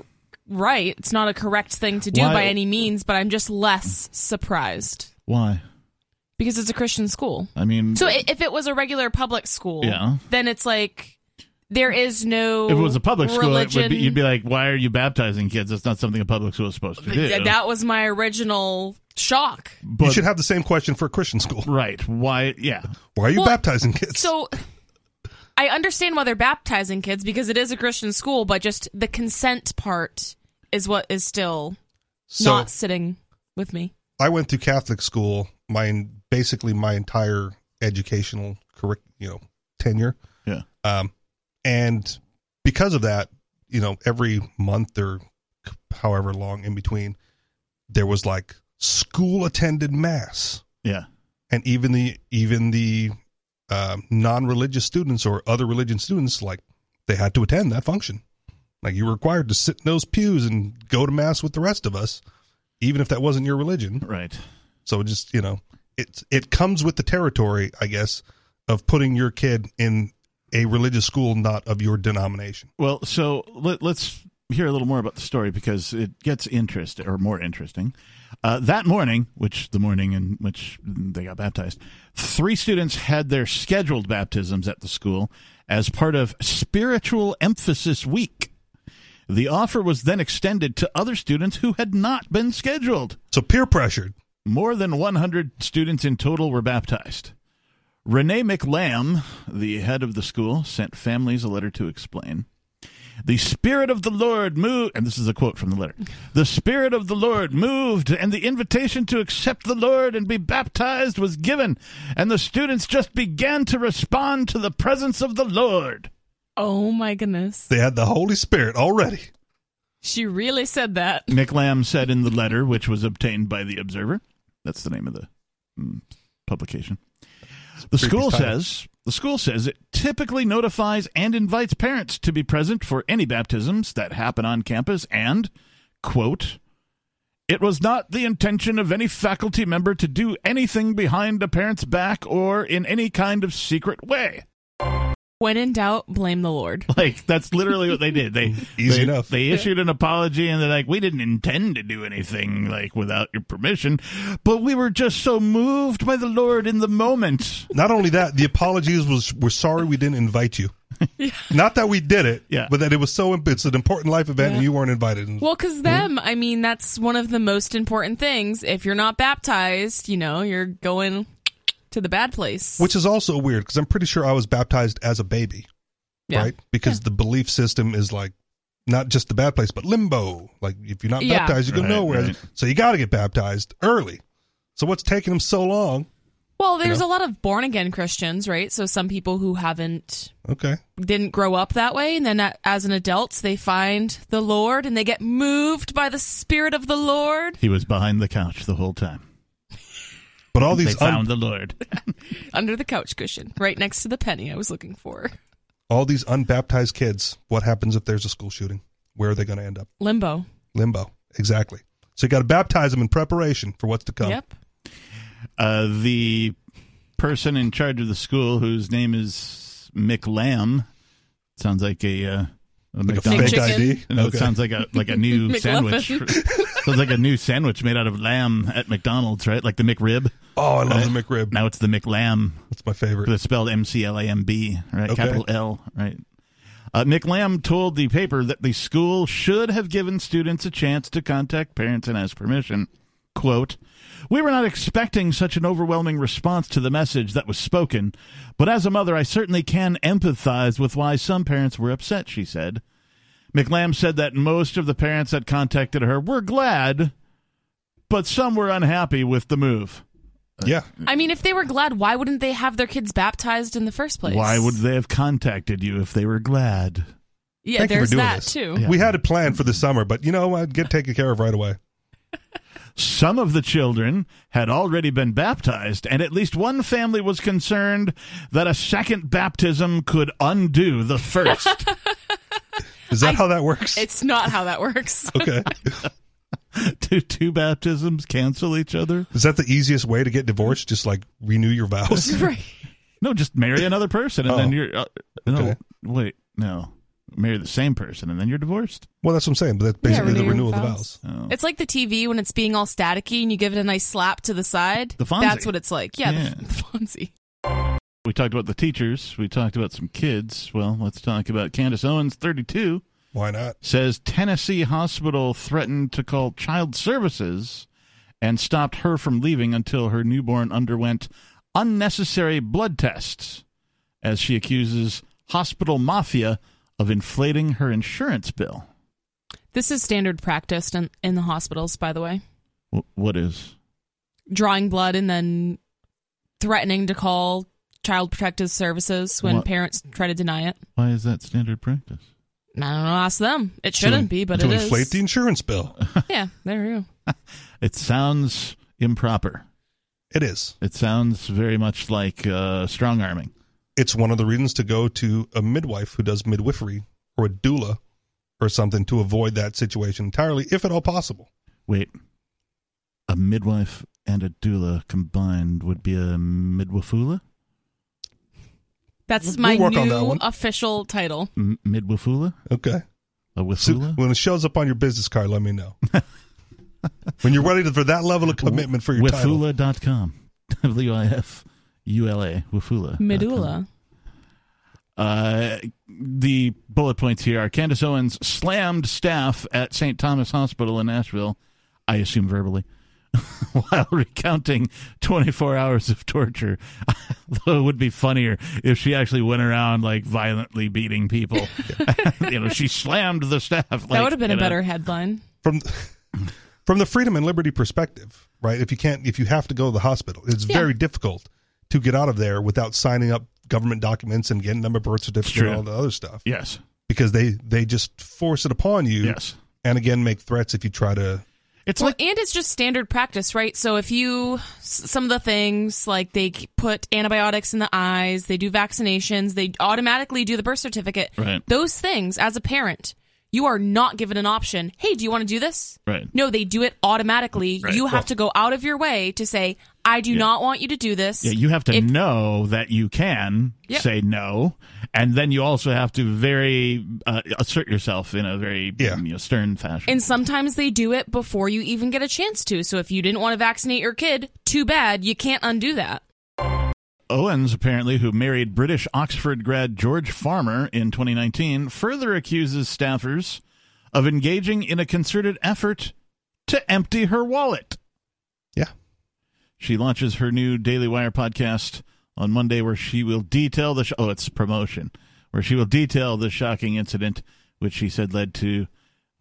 D: right. It's not a correct thing to do
B: Why-
D: by any means, but I'm just less surprised
B: Why?
D: because it's a Christian school.
B: I mean,
D: So i- if it was a regular public school,
B: Yeah.
D: then it's like there is no.
B: if it was a public school, it would
D: religion.
B: be, you'd be like, "Why are you baptizing kids? That's not something a public school is supposed to do."
D: Th- that was my original shock.
B: but,
C: you should have the same question for a Christian school.
B: right? Why? Yeah,
C: Why are you
D: Well,
C: baptizing kids?
D: So I understand why they're baptizing kids because it is a Christian school, but just the consent part is what is still
C: So-
D: not sitting with me.
C: I went to Catholic school. My basically my entire educational curric, you know, tenure.
B: Yeah.
C: Um, and because of that, you know, every month or however long in between, there was like school attended mass,
B: yeah.
C: and even the even the um non religious students or other religion students like they had to attend that function. Like you were required to sit in those pews and go to mass with the rest of us, even if that wasn't your religion.
B: Right.
C: So it just you know, it it comes with the territory, I guess, of putting your kid in a religious school not of your denomination.
B: Well, so let, let's hear a little more about the story because it gets interest or more interesting. Uh, that morning, which the morning in which they got baptized, three students had their scheduled baptisms at the school as part of Spiritual Emphasis Week. The offer was then extended to other students who had not been scheduled.
C: So peer pressured.
B: More than 100 students in total were baptized. Renee McLam, the head of the school, sent families a letter to explain. The Spirit of the Lord moved, and this is a quote from the letter. The Spirit of the Lord moved, and the invitation to accept the Lord and be baptized was given, and the students just began to respond to the presence of the Lord.
D: Oh my goodness.
C: They had the Holy Spirit already.
D: She really said that.
B: McLam said in the letter, which was obtained by the Observer. That's the name of the mm, publication. The
C: creepy
B: school
C: title.
B: says the school says it typically notifies and invites parents to be present for any baptisms that happen on campus and quote it was not the intention of any faculty member to do anything behind a parent's back or in any kind of secret way.
D: When in doubt, blame the Lord.
B: Like that's literally what they did. They
C: Easy
B: they-
C: enough.
B: They issued an apology and they're like, "We didn't intend to do anything like without your permission, but we were just so moved by the Lord in the moment."
C: Not only that, the apologies was we're sorry we didn't invite you. Not that we did it,
B: Yeah.
C: but that it was so imp- it's an important life event and
D: Yeah.
C: you weren't invited. And
D: Well, because them, I mean, that's one of the most important things. If you're not baptized, you know, you're going to the bad place.
C: which is also weird because I'm pretty sure I was baptized as a baby,
D: Yeah.
C: right? Because the belief system is like not just the bad place, but limbo. Like if you're not
D: Yeah.
C: baptized, you go
B: Right,
C: nowhere.
B: right.
C: So you got to get baptized early. So what's taking them so long?
D: Well, there's a lot of born again Christians, right? So some people who haven't
C: Okay,
D: didn't grow up that way, and then a- as an adult, they find the Lord and they get moved by the Spirit of the Lord.
B: He was behind the couch the whole time.
C: but all
B: They
C: these un-
B: found the Lord.
D: under the couch cushion, right next to the penny I was looking for.
C: all these unbaptized kids. What happens if there's a school shooting? Where are they going to end up?
D: Limbo.
C: Limbo. Exactly. So you got to baptize them in preparation for what's to come.
D: Yep.
B: Uh, the person in charge of the school, whose name is Mick Lamb, sounds like a, uh, a
C: Like
B: McDonald's.
C: a fake ID.
B: No, it sounds like a like a new sandwich. sounds like a new sandwich made out of lamb at McDonald's, right? Like the McRib.
C: oh, I love the McRib.
B: Now it's the McLam.
C: That's my favorite.
B: But it's spelled M C L A M B, right?
C: Okay.
B: Capital L, right? Uh, McLam told the paper that the school should have given students a chance to contact parents and ask permission. quote, We were not expecting such an overwhelming response to the message that was spoken, but as a mother, I certainly can empathize with why some parents were upset, she said. McLam said that most of the parents that contacted her were glad, but some were unhappy with the move.
C: Yeah.
D: I mean, if they were glad, why wouldn't they have their kids baptized in the first place?
B: Why would they have contacted you if they were glad?
D: Yeah,
C: Thank you for
D: there's
C: doing
D: that
C: this.
D: too.
B: Yeah.
C: We had it planned for the summer, but you know what? Get taken care of right away.
B: Some of the children had already been baptized, and at least one family was concerned that a second baptism could undo the first.
C: Is that how that works?
D: It's not how that works.
C: okay.
B: Do two baptisms cancel each other?
C: Is that the easiest way to get divorced? Just like renew your vows?
D: right.
B: No, just marry another person, and
C: Oh.
B: then you're. Uh, no,
C: Okay.
B: wait, no. Marry the same person, and then you're divorced?
C: Well, that's what I'm saying. But that's basically the
D: renew your
C: renewal of the
D: vows.
C: vows.
B: Oh.
D: It's like the TV when it's being all staticky and you give it a nice slap to the side.
B: The Fonzie.
D: That's what it's like. Yeah,
B: Yeah.
D: The, the Fonzie.
B: We talked about the teachers. We talked about some kids. Well, let's talk about Candace Owens, 32.
C: Why not?
B: says Tennessee hospital threatened to call child services and stopped her from leaving until her newborn underwent unnecessary blood tests as she accuses hospital mafia of inflating her insurance bill.
D: This is standard practice in, in the hospitals, by the way.
B: W- what is?
D: Drawing blood and then threatening to call child protective services when
B: What?
D: parents try to deny it.
B: Why is that standard practice?
D: I don't know. Ask them. It shouldn't
C: To-
D: be, but
C: to
D: it is.
C: inflate the insurance bill.
D: yeah, there you go.
B: It sounds improper.
C: It is.
B: It sounds very much like uh, strong arming.
C: It's one of the reasons to go to a midwife who does midwifery or a doula or something to avoid that situation entirely, if at all possible.
B: Wait, a midwife and a doula combined would be a midwifula?
D: That's
C: We'll
D: my
C: work on
D: new
C: that one.
D: official title.
B: M- Uh, midwifula?
C: Okay.
B: A
C: So
B: wifula?
C: when it shows up on your business card, let me know. when you're ready to- for that level of commitment for your title.
B: Wifula.com. W I F U L A. Wifula.
D: Medulla.
B: Uh, the bullet points here are Candace Owens slammed staff at St. Thomas Hospital in Nashville, I assume verbally, while recounting 24 hours of torture. Though it would be funnier if she actually went around like violently beating people. you know, she slammed the staff. Like,
D: that would have been
B: you
D: a
B: know,
D: better headline.
C: From from the freedom and liberty perspective, right? If you can't if you have to go to the hospital, it's
D: Yeah.
C: very difficult to get out of there without signing up government documents and getting them a birth certificate
B: true.
C: and all the other stuff.
B: Yes.
C: Because they they just force it upon you
B: Yes.
C: and again make threats if you try to
B: It's
D: Well,
B: like
D: and it's just standard practice, right? So if you s- some of the things like they k- put antibiotics in the eyes, they do vaccinations, they automatically do the birth certificate.
B: Right.
D: Those things, as a parent, you are not given an option. Hey, do you want to do this?
B: Right.
D: No, they do it automatically.
B: Right.
D: You have to go out of your way to say, "I do not want you to do this."
B: Yeah, you have to
D: If-
B: know that you can
D: Yep.
B: say no, and then you also have to very uh, assert yourself in a very
C: Yeah.
B: you know, stern fashion.
D: And sometimes they do it before you even get a chance to. So if you didn't want to vaccinate your kid, too bad. You can't undo that.
B: Owens, apparently, who married British Oxford grad George Farmer in 2019, further accuses staffers of engaging in a concerted effort to empty her wallet.
C: Yeah.
B: She launches her new Daily Wire podcast on Monday, where she will detail the sh- oh, it's promotion, where she will detail the shocking incident, which she said led to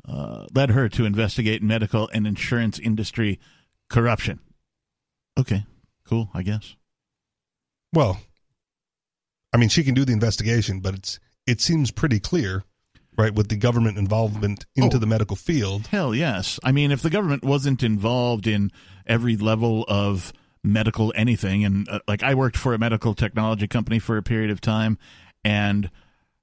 B: uh, led her to investigate medical and insurance industry corruption. Okay, cool, I guess.
C: Well, I mean, she can do the investigation, but it's it seems pretty clear, right, with the government involvement into
B: Oh.
C: the medical field.
B: Hell yes. I mean, if the government wasn't involved in every level of medical anything, and uh, like I worked for a medical technology company for a period of time, and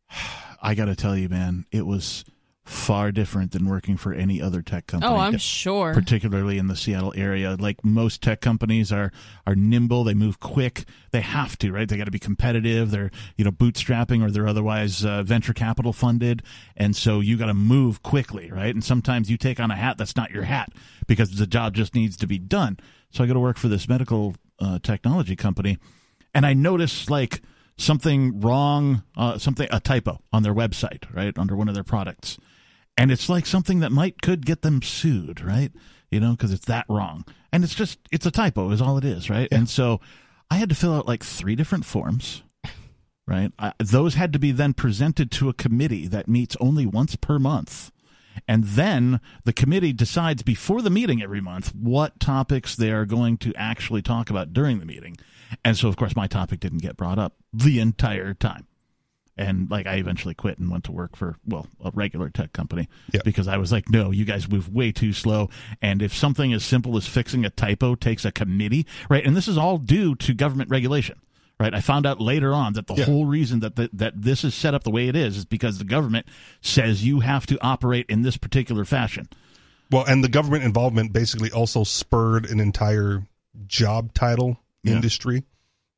B: I got to tell you, man, it was far different than working for any other tech company.
D: Oh, I'm sure.
B: Particularly in the Seattle area, like most tech companies are are nimble, they move quick. They have to, right? They got to be competitive. They're you know bootstrapping or they're otherwise uh, venture capital funded, and so you got to move quickly, right? And sometimes you take on a hat that's not your hat because the job just needs to be done. So I go to work for this medical uh, technology company, and I notice like something wrong, uh, something a typo on their website, right under one of their products and it's like something that might could get them sued, right? you know, because it's that wrong. And it's just, it's a typo, is all it is, right? And so I had to fill out like three different forms, right? I, those had to be then presented to a committee that meets only once per month. And then the committee decides before the meeting every month what topics they are going to actually talk about during the meeting. And so, of course, my topic didn't get brought up the entire time and like I eventually quit and went to work for well a regular tech company
C: Yeah.
B: because I was like, no, you guys move way too slow. And if something as simple as fixing a typo takes a committee, right? And this is all due to government regulation. Right, I found out later on that the
C: Yeah.
B: whole reason that the, that this is set up the way it is is because the government says you have to operate in this particular fashion.
C: Well, and the government involvement basically also spurred an entire job title
B: Yeah.
C: industry,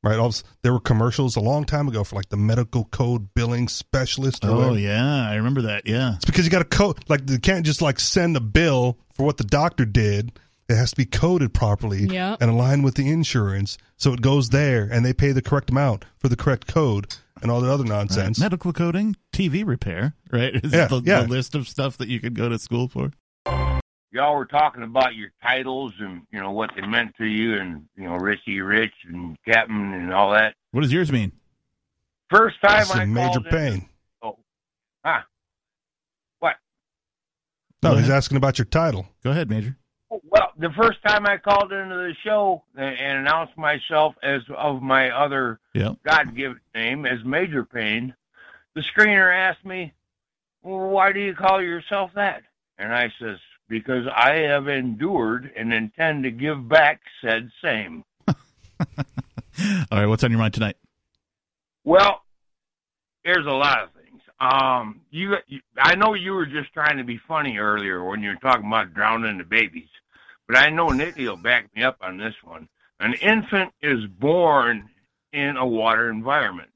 C: right? All s- there were commercials a long time ago for like the medical code billing specialist. Or
B: Oh
C: whatever.
B: yeah, I remember that. Yeah,
C: It's because you got to code. Like you can't just like send a bill for what the doctor did. It has to be coded properly
D: Yep.
C: and aligned with the insurance, so it goes there, and they pay the correct amount for the correct code and all that other nonsense.
B: medical coding, TV repair, right? Is
C: Yeah,
B: the,
C: yeah.
B: the list of stuff that you could go to school for.
F: y'all were talking about your titles and you know what they meant to you and you know Richie Rich and Captain and all that.
B: What does yours mean?
F: First time
C: That's
F: I
C: a major
F: called in-
C: pain.
F: oh, huh? What?
C: No,
B: Go
C: he's
B: ahead.
C: asking about your title.
B: Go ahead, Major.
F: Well, the first time I called into the show and, and announced myself as of my other
B: Yeah.
F: God-given name as Major Pain, the screener asked me, well, "Why do you call yourself that?" And I says, "Because I have endured and intend to give back said same."
B: All right, what's on your mind tonight?
F: Well, there's a lot of things. Um, you, you, I know you were just trying to be funny earlier when you were talking about drowning the babies, but I know Nikki will back me up on this one. An infant is born in a water environment.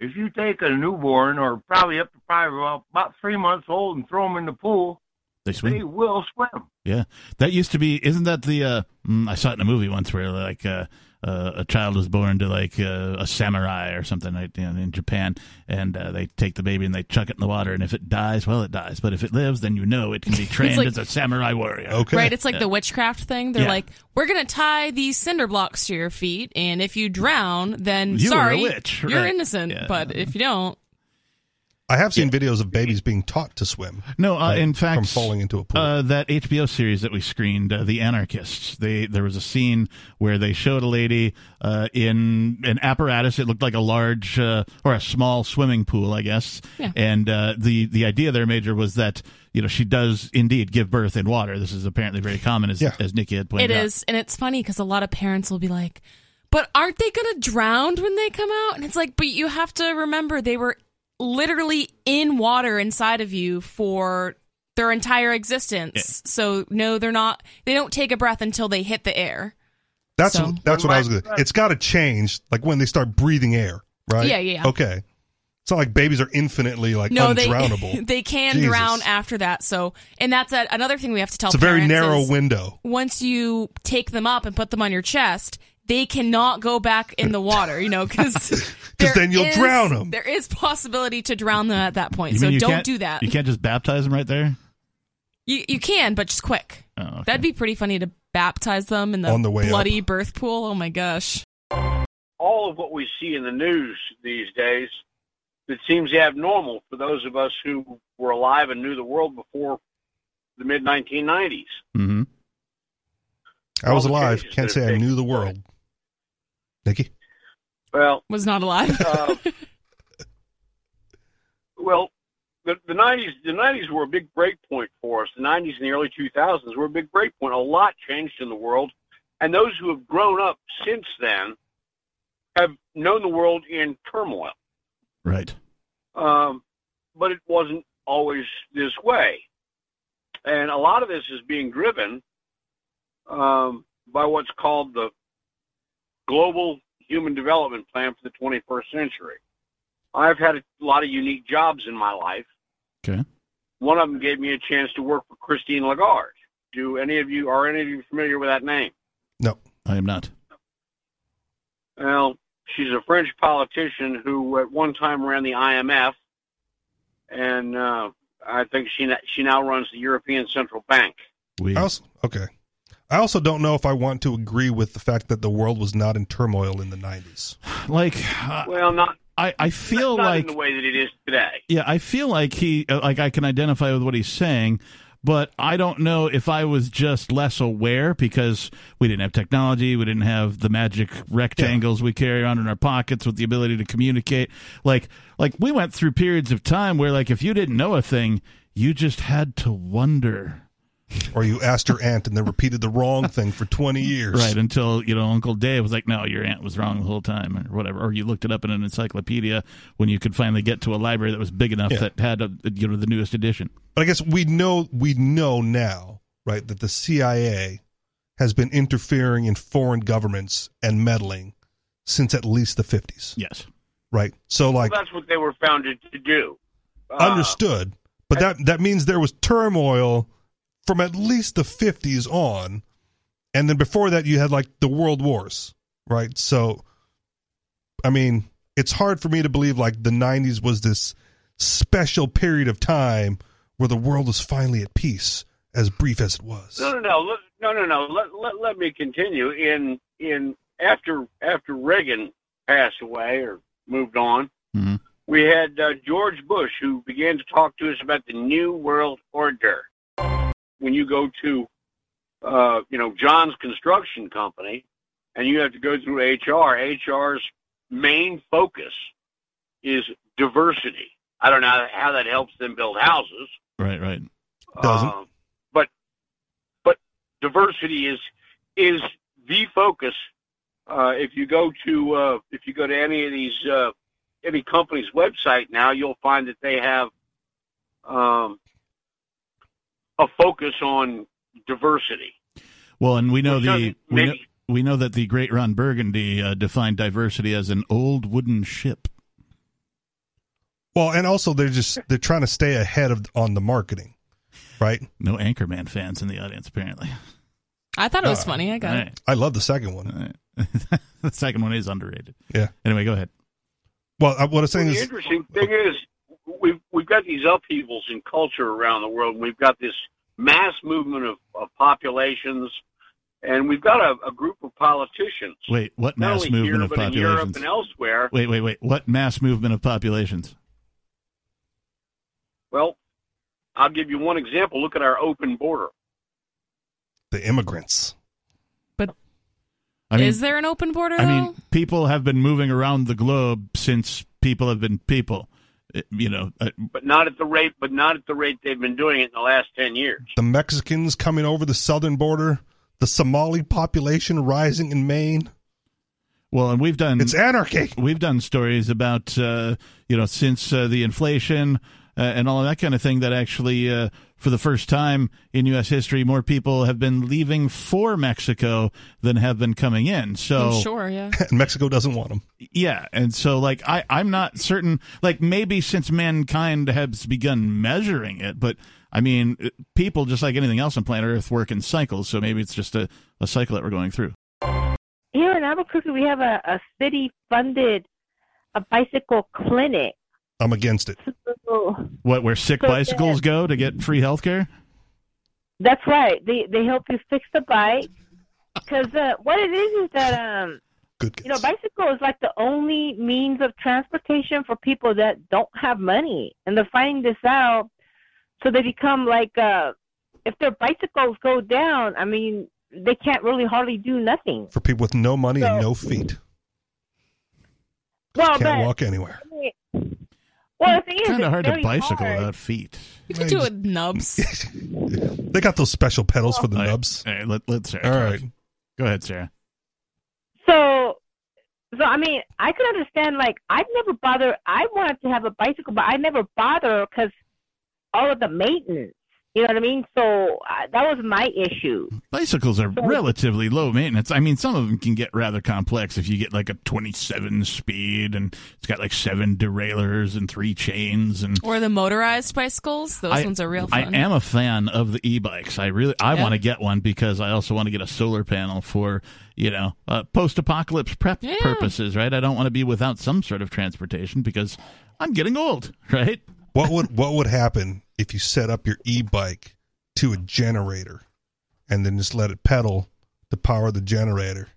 F: If you take a newborn or probably up to five, well, about three months old, and throw them in the pool,
B: They
F: they
B: swim.
F: will swim.
B: Yeah, that used to be. Isn't that the? Uh, mm, I saw it in a movie once where like uh, uh, a child was born to like uh, a samurai or something right, you know, in Japan, and uh, they take the baby and they chuck it in the water, and if it dies, well, it dies. But if it lives, then you know it can be trained
D: like-
B: as a samurai warrior.
C: Okay.
D: Right, it's like the witchcraft thing. They're
B: Yeah.
D: like, we're gonna tie these cinder blocks to your feet, and if you drown, then
B: You are a
D: sorry,
B: witch,
D: you're
B: right.
D: innocent.
B: Yeah.
D: But if you don't,
C: I have seen videos of babies being taught to swim.
B: No, uh,
C: Right,
B: in fact,
C: from falling into a pool.
B: Uh, that HBO series that we screened, uh, The Anarchists. They there was a scene where they showed a lady uh, in an apparatus. It looked like a large uh, or a small swimming pool, I guess.
D: Yeah.
B: And uh, the the idea there, Major, was that you know she does indeed give birth in water. This is apparently very common, as
C: Yeah.
B: as Nikki had
D: it
B: pointed
D: is.
B: out.
D: And it's funny because a lot of parents will be like, but aren't they gonna drown when they come out? And it's like, but you have to remember they were literally in water inside of you for their entire existence. So no, they're not. They don't take a breath until they hit the air.
C: That's
D: So-
C: that's what I was. gonna It's got to change, like when they start breathing air, right?
D: Yeah, yeah, yeah.
C: Okay, it's not like babies are infinitely like
D: No, they
C: undrownable.
D: they can
C: Jesus.
D: drown after that. So, and that's a, another thing we have to tell.
C: it's a very
D: parents
C: narrow
D: is,
C: window.
D: once you take them up and put them on your chest, they cannot go back in the water, you know, because
C: then you'll drown 'em.
D: There is possibility to drown them at that point,
B: You
D: so
B: mean you
D: don't
B: can't-
D: do that.
B: You can't just baptize them right there.
D: You, you can, but just quick.
B: Oh, okay.
D: That'd be pretty funny to baptize them in the,
C: On the way
D: bloody birth pool. Oh my gosh!
G: all of what we see in the news these days that seems abnormal for those of us who were alive and knew the world before the mid 1990s.
B: hmm
C: I was
G: all the
C: alive.
G: changes
C: Can't
G: that are
C: say I knew
G: taking
C: the world. Nikki,
G: Well,
D: Was not alive.
G: uh, well, the, the 90s the 90s were a big break point for us. The 90s and the early 2000s were a big break point. A lot changed in the world, and those who have grown up since then have known the world in turmoil.
B: Right.
G: um, but it wasn't always this way. And a lot of this is being driven um, by what's called the Global Human Development Plan for the 21st Century. I've had a lot of unique jobs in my life.
B: Okay.
G: One of them gave me a chance to work for Christine Lagarde. Do any of you are any of you familiar with that name?
C: no,
B: I am not.
G: Well, she's a French politician who at one time ran the IMF, and uh, I think she na- she now runs the European Central Bank.
B: We.
C: Oh. I was okay. I also don't know if I want to agree with the fact that the world was not in turmoil in the 90s.
B: Like uh,
G: Well, not
B: I I feel
G: not
B: like
G: in the way that it is today.
B: yeah, I feel like he uh, like I can identify with what he's saying, but I don't know if I was just less aware because we didn't have technology, we didn't have the magic rectangles we carry around in our pockets with the ability to communicate. Like like we went through periods of time where like if you didn't know a thing, you just had to wonder.
C: Or you asked your aunt and then repeated the wrong thing for 20 years.
B: Right until you know Uncle Dave was like, "No, your aunt was wrong the whole time," or whatever. Or you looked it up in an encyclopedia when you could finally get to a library that was big enough
C: Yeah.
B: that had a, you know the newest edition.
C: But I guess we know we know now, right, that the CIA has been interfering in foreign governments and meddling since at least the 50s,
B: Yes,
C: right? So like
G: well, that's what they were founded to do. Uh,
C: understood, but that that means there was turmoil from at least the 50s on, and then before that you had like the world wars, right? So I mean, it's hard for me to believe like the 90s was this special period of time where the world was finally at peace, as brief as it was.
G: No, no, no, let- no, no, no. Let, let let me continue. In in after after Reagan passed away or moved on,
B: Mhm.
G: we had uh, George Bush who began to talk to us about the New World Order. When you go to, uh, you know, John's construction company, and you have to go through HR. HR's main focus is diversity. I don't know how that helps them build houses.
B: right, right.
C: Doesn't.
G: Uh, but but diversity is is the focus. Uh, if you go to uh, if you go to any of these uh, any company's website now, you'll find that they have um, a focus on diversity.
B: Well, and we know
G: Which
B: the
G: doesn't
B: we know,
G: make-
B: we know that the great Ron Burgundy uh, defined diversity as an old wooden ship.
C: Well, and also they're just they're trying to stay ahead of on the marketing, right?
B: No Anchorman fans in the audience, apparently.
D: I thought it was
C: Uh,
D: funny. I got
B: All
D: it.
B: right,
C: I love the second one.
G: Uh,
B: all right. the second one is underrated.
C: Yeah.
B: Anyway, go ahead.
C: Well, I, what I'm
G: Well,
C: saying
G: the
C: is, uh,
G: interesting thing is we've we've got these upheavals in culture around the world. and We've got this mass movement of, of populations, and we've got a, a group of politicians.
B: Wait, what
G: not
B: mass
G: only
B: movement
G: here,
B: of
G: but in Europe
B: populations?
G: and elsewhere.
B: Wait, wait, wait. What mass movement of populations?
G: Well, I'll give you one example. Look at our open border.
C: the immigrants.
B: I mean,
D: is there an open border?
B: I mean,
D: though?
B: people have been moving around the globe since people have been people. Uh, You know, uh,
G: But not at the rate, but not at the rate they've been doing it in the last ten years.
C: the Mexicans coming over the southern border, the Somali population rising in Maine.
B: well, and we've done
C: It's anarchy.
B: we've done stories about uh, you know since uh, the inflation uh, and all of that kind of thing that actually uh, for the first time in U.S. history, more people have been leaving for Mexico than have been coming in. So
D: I'm sure. Yeah.
C: And Mexico doesn't want them.
B: yeah, and so like I I'm not certain like maybe since mankind has begun measuring it, but I mean it- people just like anything else on planet Earth work in cycles, so maybe it's just a, a cycle that we're going through.
E: Here in Albuquerque, we have a, a city funded a bicycle clinic.
C: I'm against it.
E: So
B: What where sick
E: So
B: bicycles go to get free healthcare?
E: that's right. They they help you fix the bike because uh, what it is is that um
C: Good kids.
E: you know bicycle is like the only means of transportation for people that don't have money and they're finding this out, so they become like uh if their bicycles go down, I mean they can't really hardly do nothing.
C: For people with no money and
E: So-
C: no feet,
E: Well,
C: can't
E: but
C: walk anywhere.
E: I mean, well, the thing is,
B: kind of
E: it's
B: hard to
E: very
B: bicycle
E: hard.
B: without feet.
D: You could do it with nubs.
C: They got those special pedals for the
B: All right.
C: nubs.
B: All right, let, let Sarah.
C: All
B: talk.
C: right.
B: Go ahead, Sarah.
E: So, so I mean, I could understand. Like, I'd never bother. I wanted to have a bicycle, but I never bother because all of the maintenance. You know what I mean? So uh, that was my issue.
B: Bicycles are
E: Sorry.
B: relatively low maintenance. I mean, some of them can get rather complex if you get like a 27 speed and it's got like seven derailleurs and three chains. And
D: Or the motorized bicycles. Those
B: I-
D: ones are real
B: I
D: fun.
B: am a fan of the e-bikes. I really, I
D: Yeah.
B: want to get one because I also want to get a solar panel for you know uh, post-apocalypse prep
D: Yeah.
B: purposes. Right? I don't want to be without some sort of transportation because I'm getting old. Right?
C: What would what would happen if you set up your e-bike to a generator and then just let it pedal to power the generator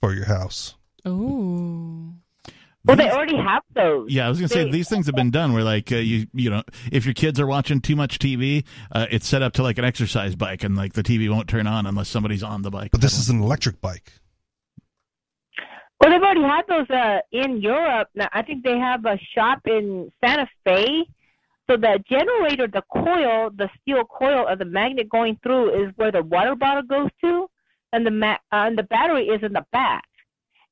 C: for your house.
D: Ooh.
E: Well, they already have those.
B: Yeah, I was gonna say
E: They-
B: these things have been done where like uh, you you know if your kids are watching too much TV, uh, it's set up to like an exercise bike and like the TV won't turn on unless somebody's on the bike.
C: But this is an electric bike.
E: Well, they've already had those uh, in Europe. Now, I think they have a shop in Santa Fe. So the generator, the coil, the steel coil of the magnet going through is where the water bottle goes to, and the ma- uh, and the battery is in the back.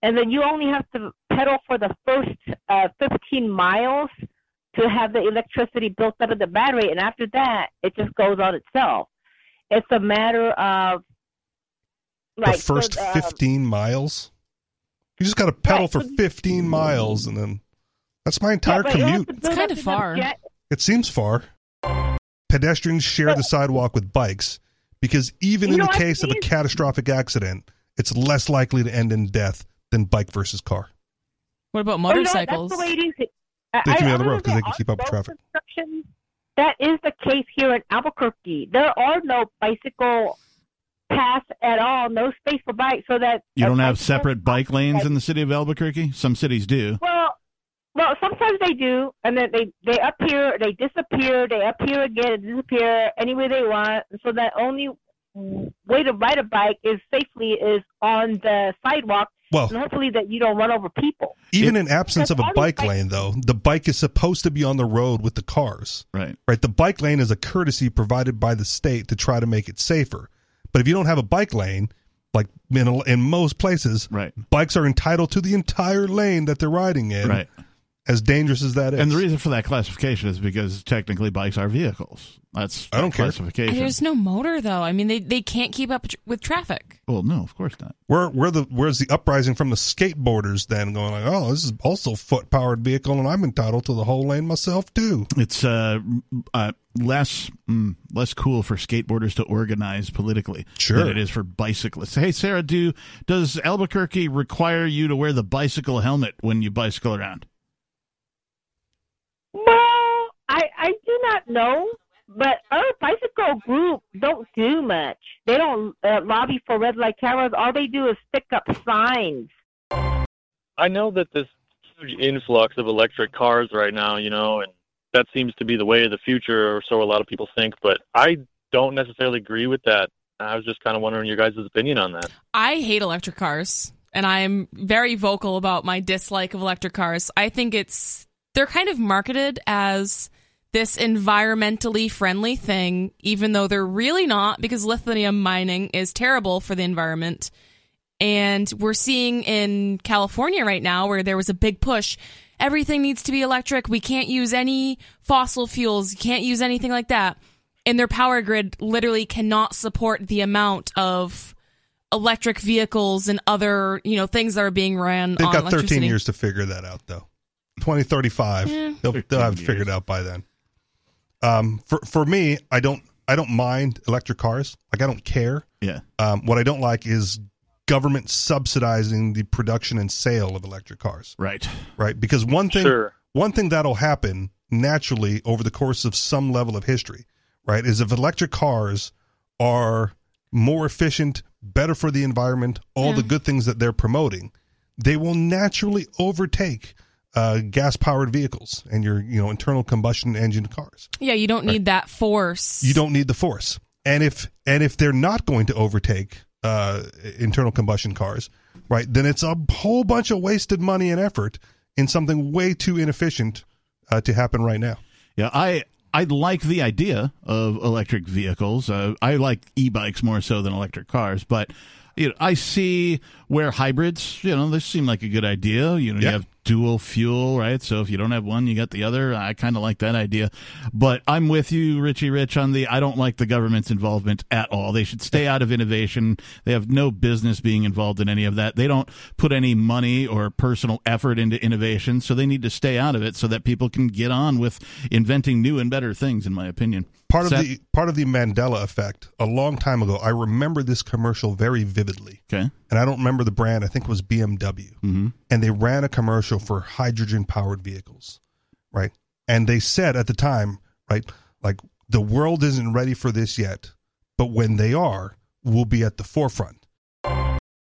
E: And then you only have to pedal for the first uh, 15 miles to have the electricity built up in the battery, and after that, it just goes on itself. It's a matter of like
C: the
E: so
C: first
E: the, um,
C: 15 miles. You just got to pedal
E: Right,
C: for
E: so the-
C: 15 miles and then that's my
E: yeah,
C: entire
E: but it has
C: commute.
E: to build
D: kinda
E: up enough Oh,
D: far.
E: gen-
C: It seems far. Pedestrians share the sidewalk with bikes because even
E: You
C: in
E: know,
C: the
E: I
C: case of a
E: think-
C: catastrophic accident, it's less likely to end in death than bike versus car.
D: What about
E: Oh, no,
D: motorcycles?
E: that's the way it is. I-
C: They can be
E: I-
C: on the
E: I
C: road 'cause they can
E: remember
C: keep up with
E: on road
C: traffic.
E: construction, That is the case here in Albuquerque. There are no bicycle paths at all, no space for bikes, so that
B: you don't
E: a
B: have
E: bicycle-
B: separate bike lanes in the city of Albuquerque. Some cities do.
E: Well, well, sometimes they do, and then they they appear, they disappear, they appear again, and disappear any way they want. So that only way to ride a bike is safely is on the sidewalk,
C: Well,
E: and hopefully that you don't run over people.
C: even in absence of a
E: Because all these
C: bike
E: bikes-
C: lane, though, the bike is supposed to be on the road with the cars.
B: Right.
C: right? The bike lane is a courtesy provided by the state to try to make it safer. But if you don't have a bike lane, like in, in most places,
B: Right.
C: bikes are entitled to the entire lane that they're riding in.
B: Right.
C: As dangerous as that is.
B: And the reason for that classification is because technically bikes are vehicles. That's
C: I don't
B: that
C: care.
B: classification.
D: There's no motor though. I mean, they they can't keep up tr- with traffic.
B: Well, no, of course not.
C: where where the where's the uprising from the skateboarders then going like, oh, this is also foot powered vehicle, and I'm entitled to the whole lane myself too.
B: It's uh, uh less mm, less cool for skateboarders to organize politically
C: Sure.
B: than it is for bicyclists. Hey, Sarah, do does Albuquerque require you to wear the bicycle helmet when you bicycle around?
E: Well, I I do not know, but our bicycle group don't do much. They don't uh, lobby for red light cameras. All they do is stick up signs.
H: I know that this huge influx of electric cars right now, you know, and that seems to be the way of the future, or so a lot of people think. But I don't necessarily agree with that. I was just kind of wondering your guys' opinion on that.
D: I hate electric cars, and I'm very vocal about my dislike of electric cars. I think it's they're kind of marketed as this environmentally friendly thing, even though they're really not, because lithium mining is terrible for the environment. And we're seeing in California right now where there was a big push. Everything needs to be electric. We can't use any fossil fuels. You can't use anything like that. And their power grid literally cannot support the amount of electric vehicles and other, you know, things that are being ran
C: They've
D: on
C: got 13
D: electricity.
C: years to figure that out, though. 2035, they'll, they'll have it
B: 13
C: figured out by then. Um, for for me, I don't I don't mind electric cars. Like I don't care.
B: Yeah.
C: Um, what I don't like is government subsidizing the production and sale of electric cars.
B: Right.
C: Right? Because one thing
H: Sure.
C: one thing that'll happen naturally over the course of some level of history, right, is if electric cars are more efficient, better for the environment, all the good things that they're promoting, they will naturally overtake uh, gas powered vehicles and your you know internal combustion engine cars.
D: Yeah, you don't need that force.
C: You don't need the force, and if and if they're not going to overtake uh, internal combustion cars, right, then it's a whole bunch of wasted money and effort in something way too inefficient uh, to happen right now.
B: Yeah. I I like the idea of electric vehicles. Uh, I like e-bikes more so than electric cars, but you know, I see where hybrids. You know, they seem like a good idea. You know, you
C: Yeah.
B: have dual fuel, right? So if you don't have one, you got the other. I kind of like that idea. But I'm with you, Richie Rich, on the I don't like the government's involvement at all. They should stay out of innovation. They have no business being involved in any of that. They don't put any money or personal effort into innovation, so they need to stay out of it so that people can get on with inventing new and better things, in my opinion.
C: part of
B: Seth-
C: the part of the Mandela effect a long time ago. I remember this commercial very vividly,
B: Okay.
C: and I don't remember the brand. I think it was BMW,
B: Mm-hmm.
C: and they ran a commercial for hydrogen powered vehicles, right? And they said at the time, right, like the world isn't ready for this yet, but when they are, will be at the forefront.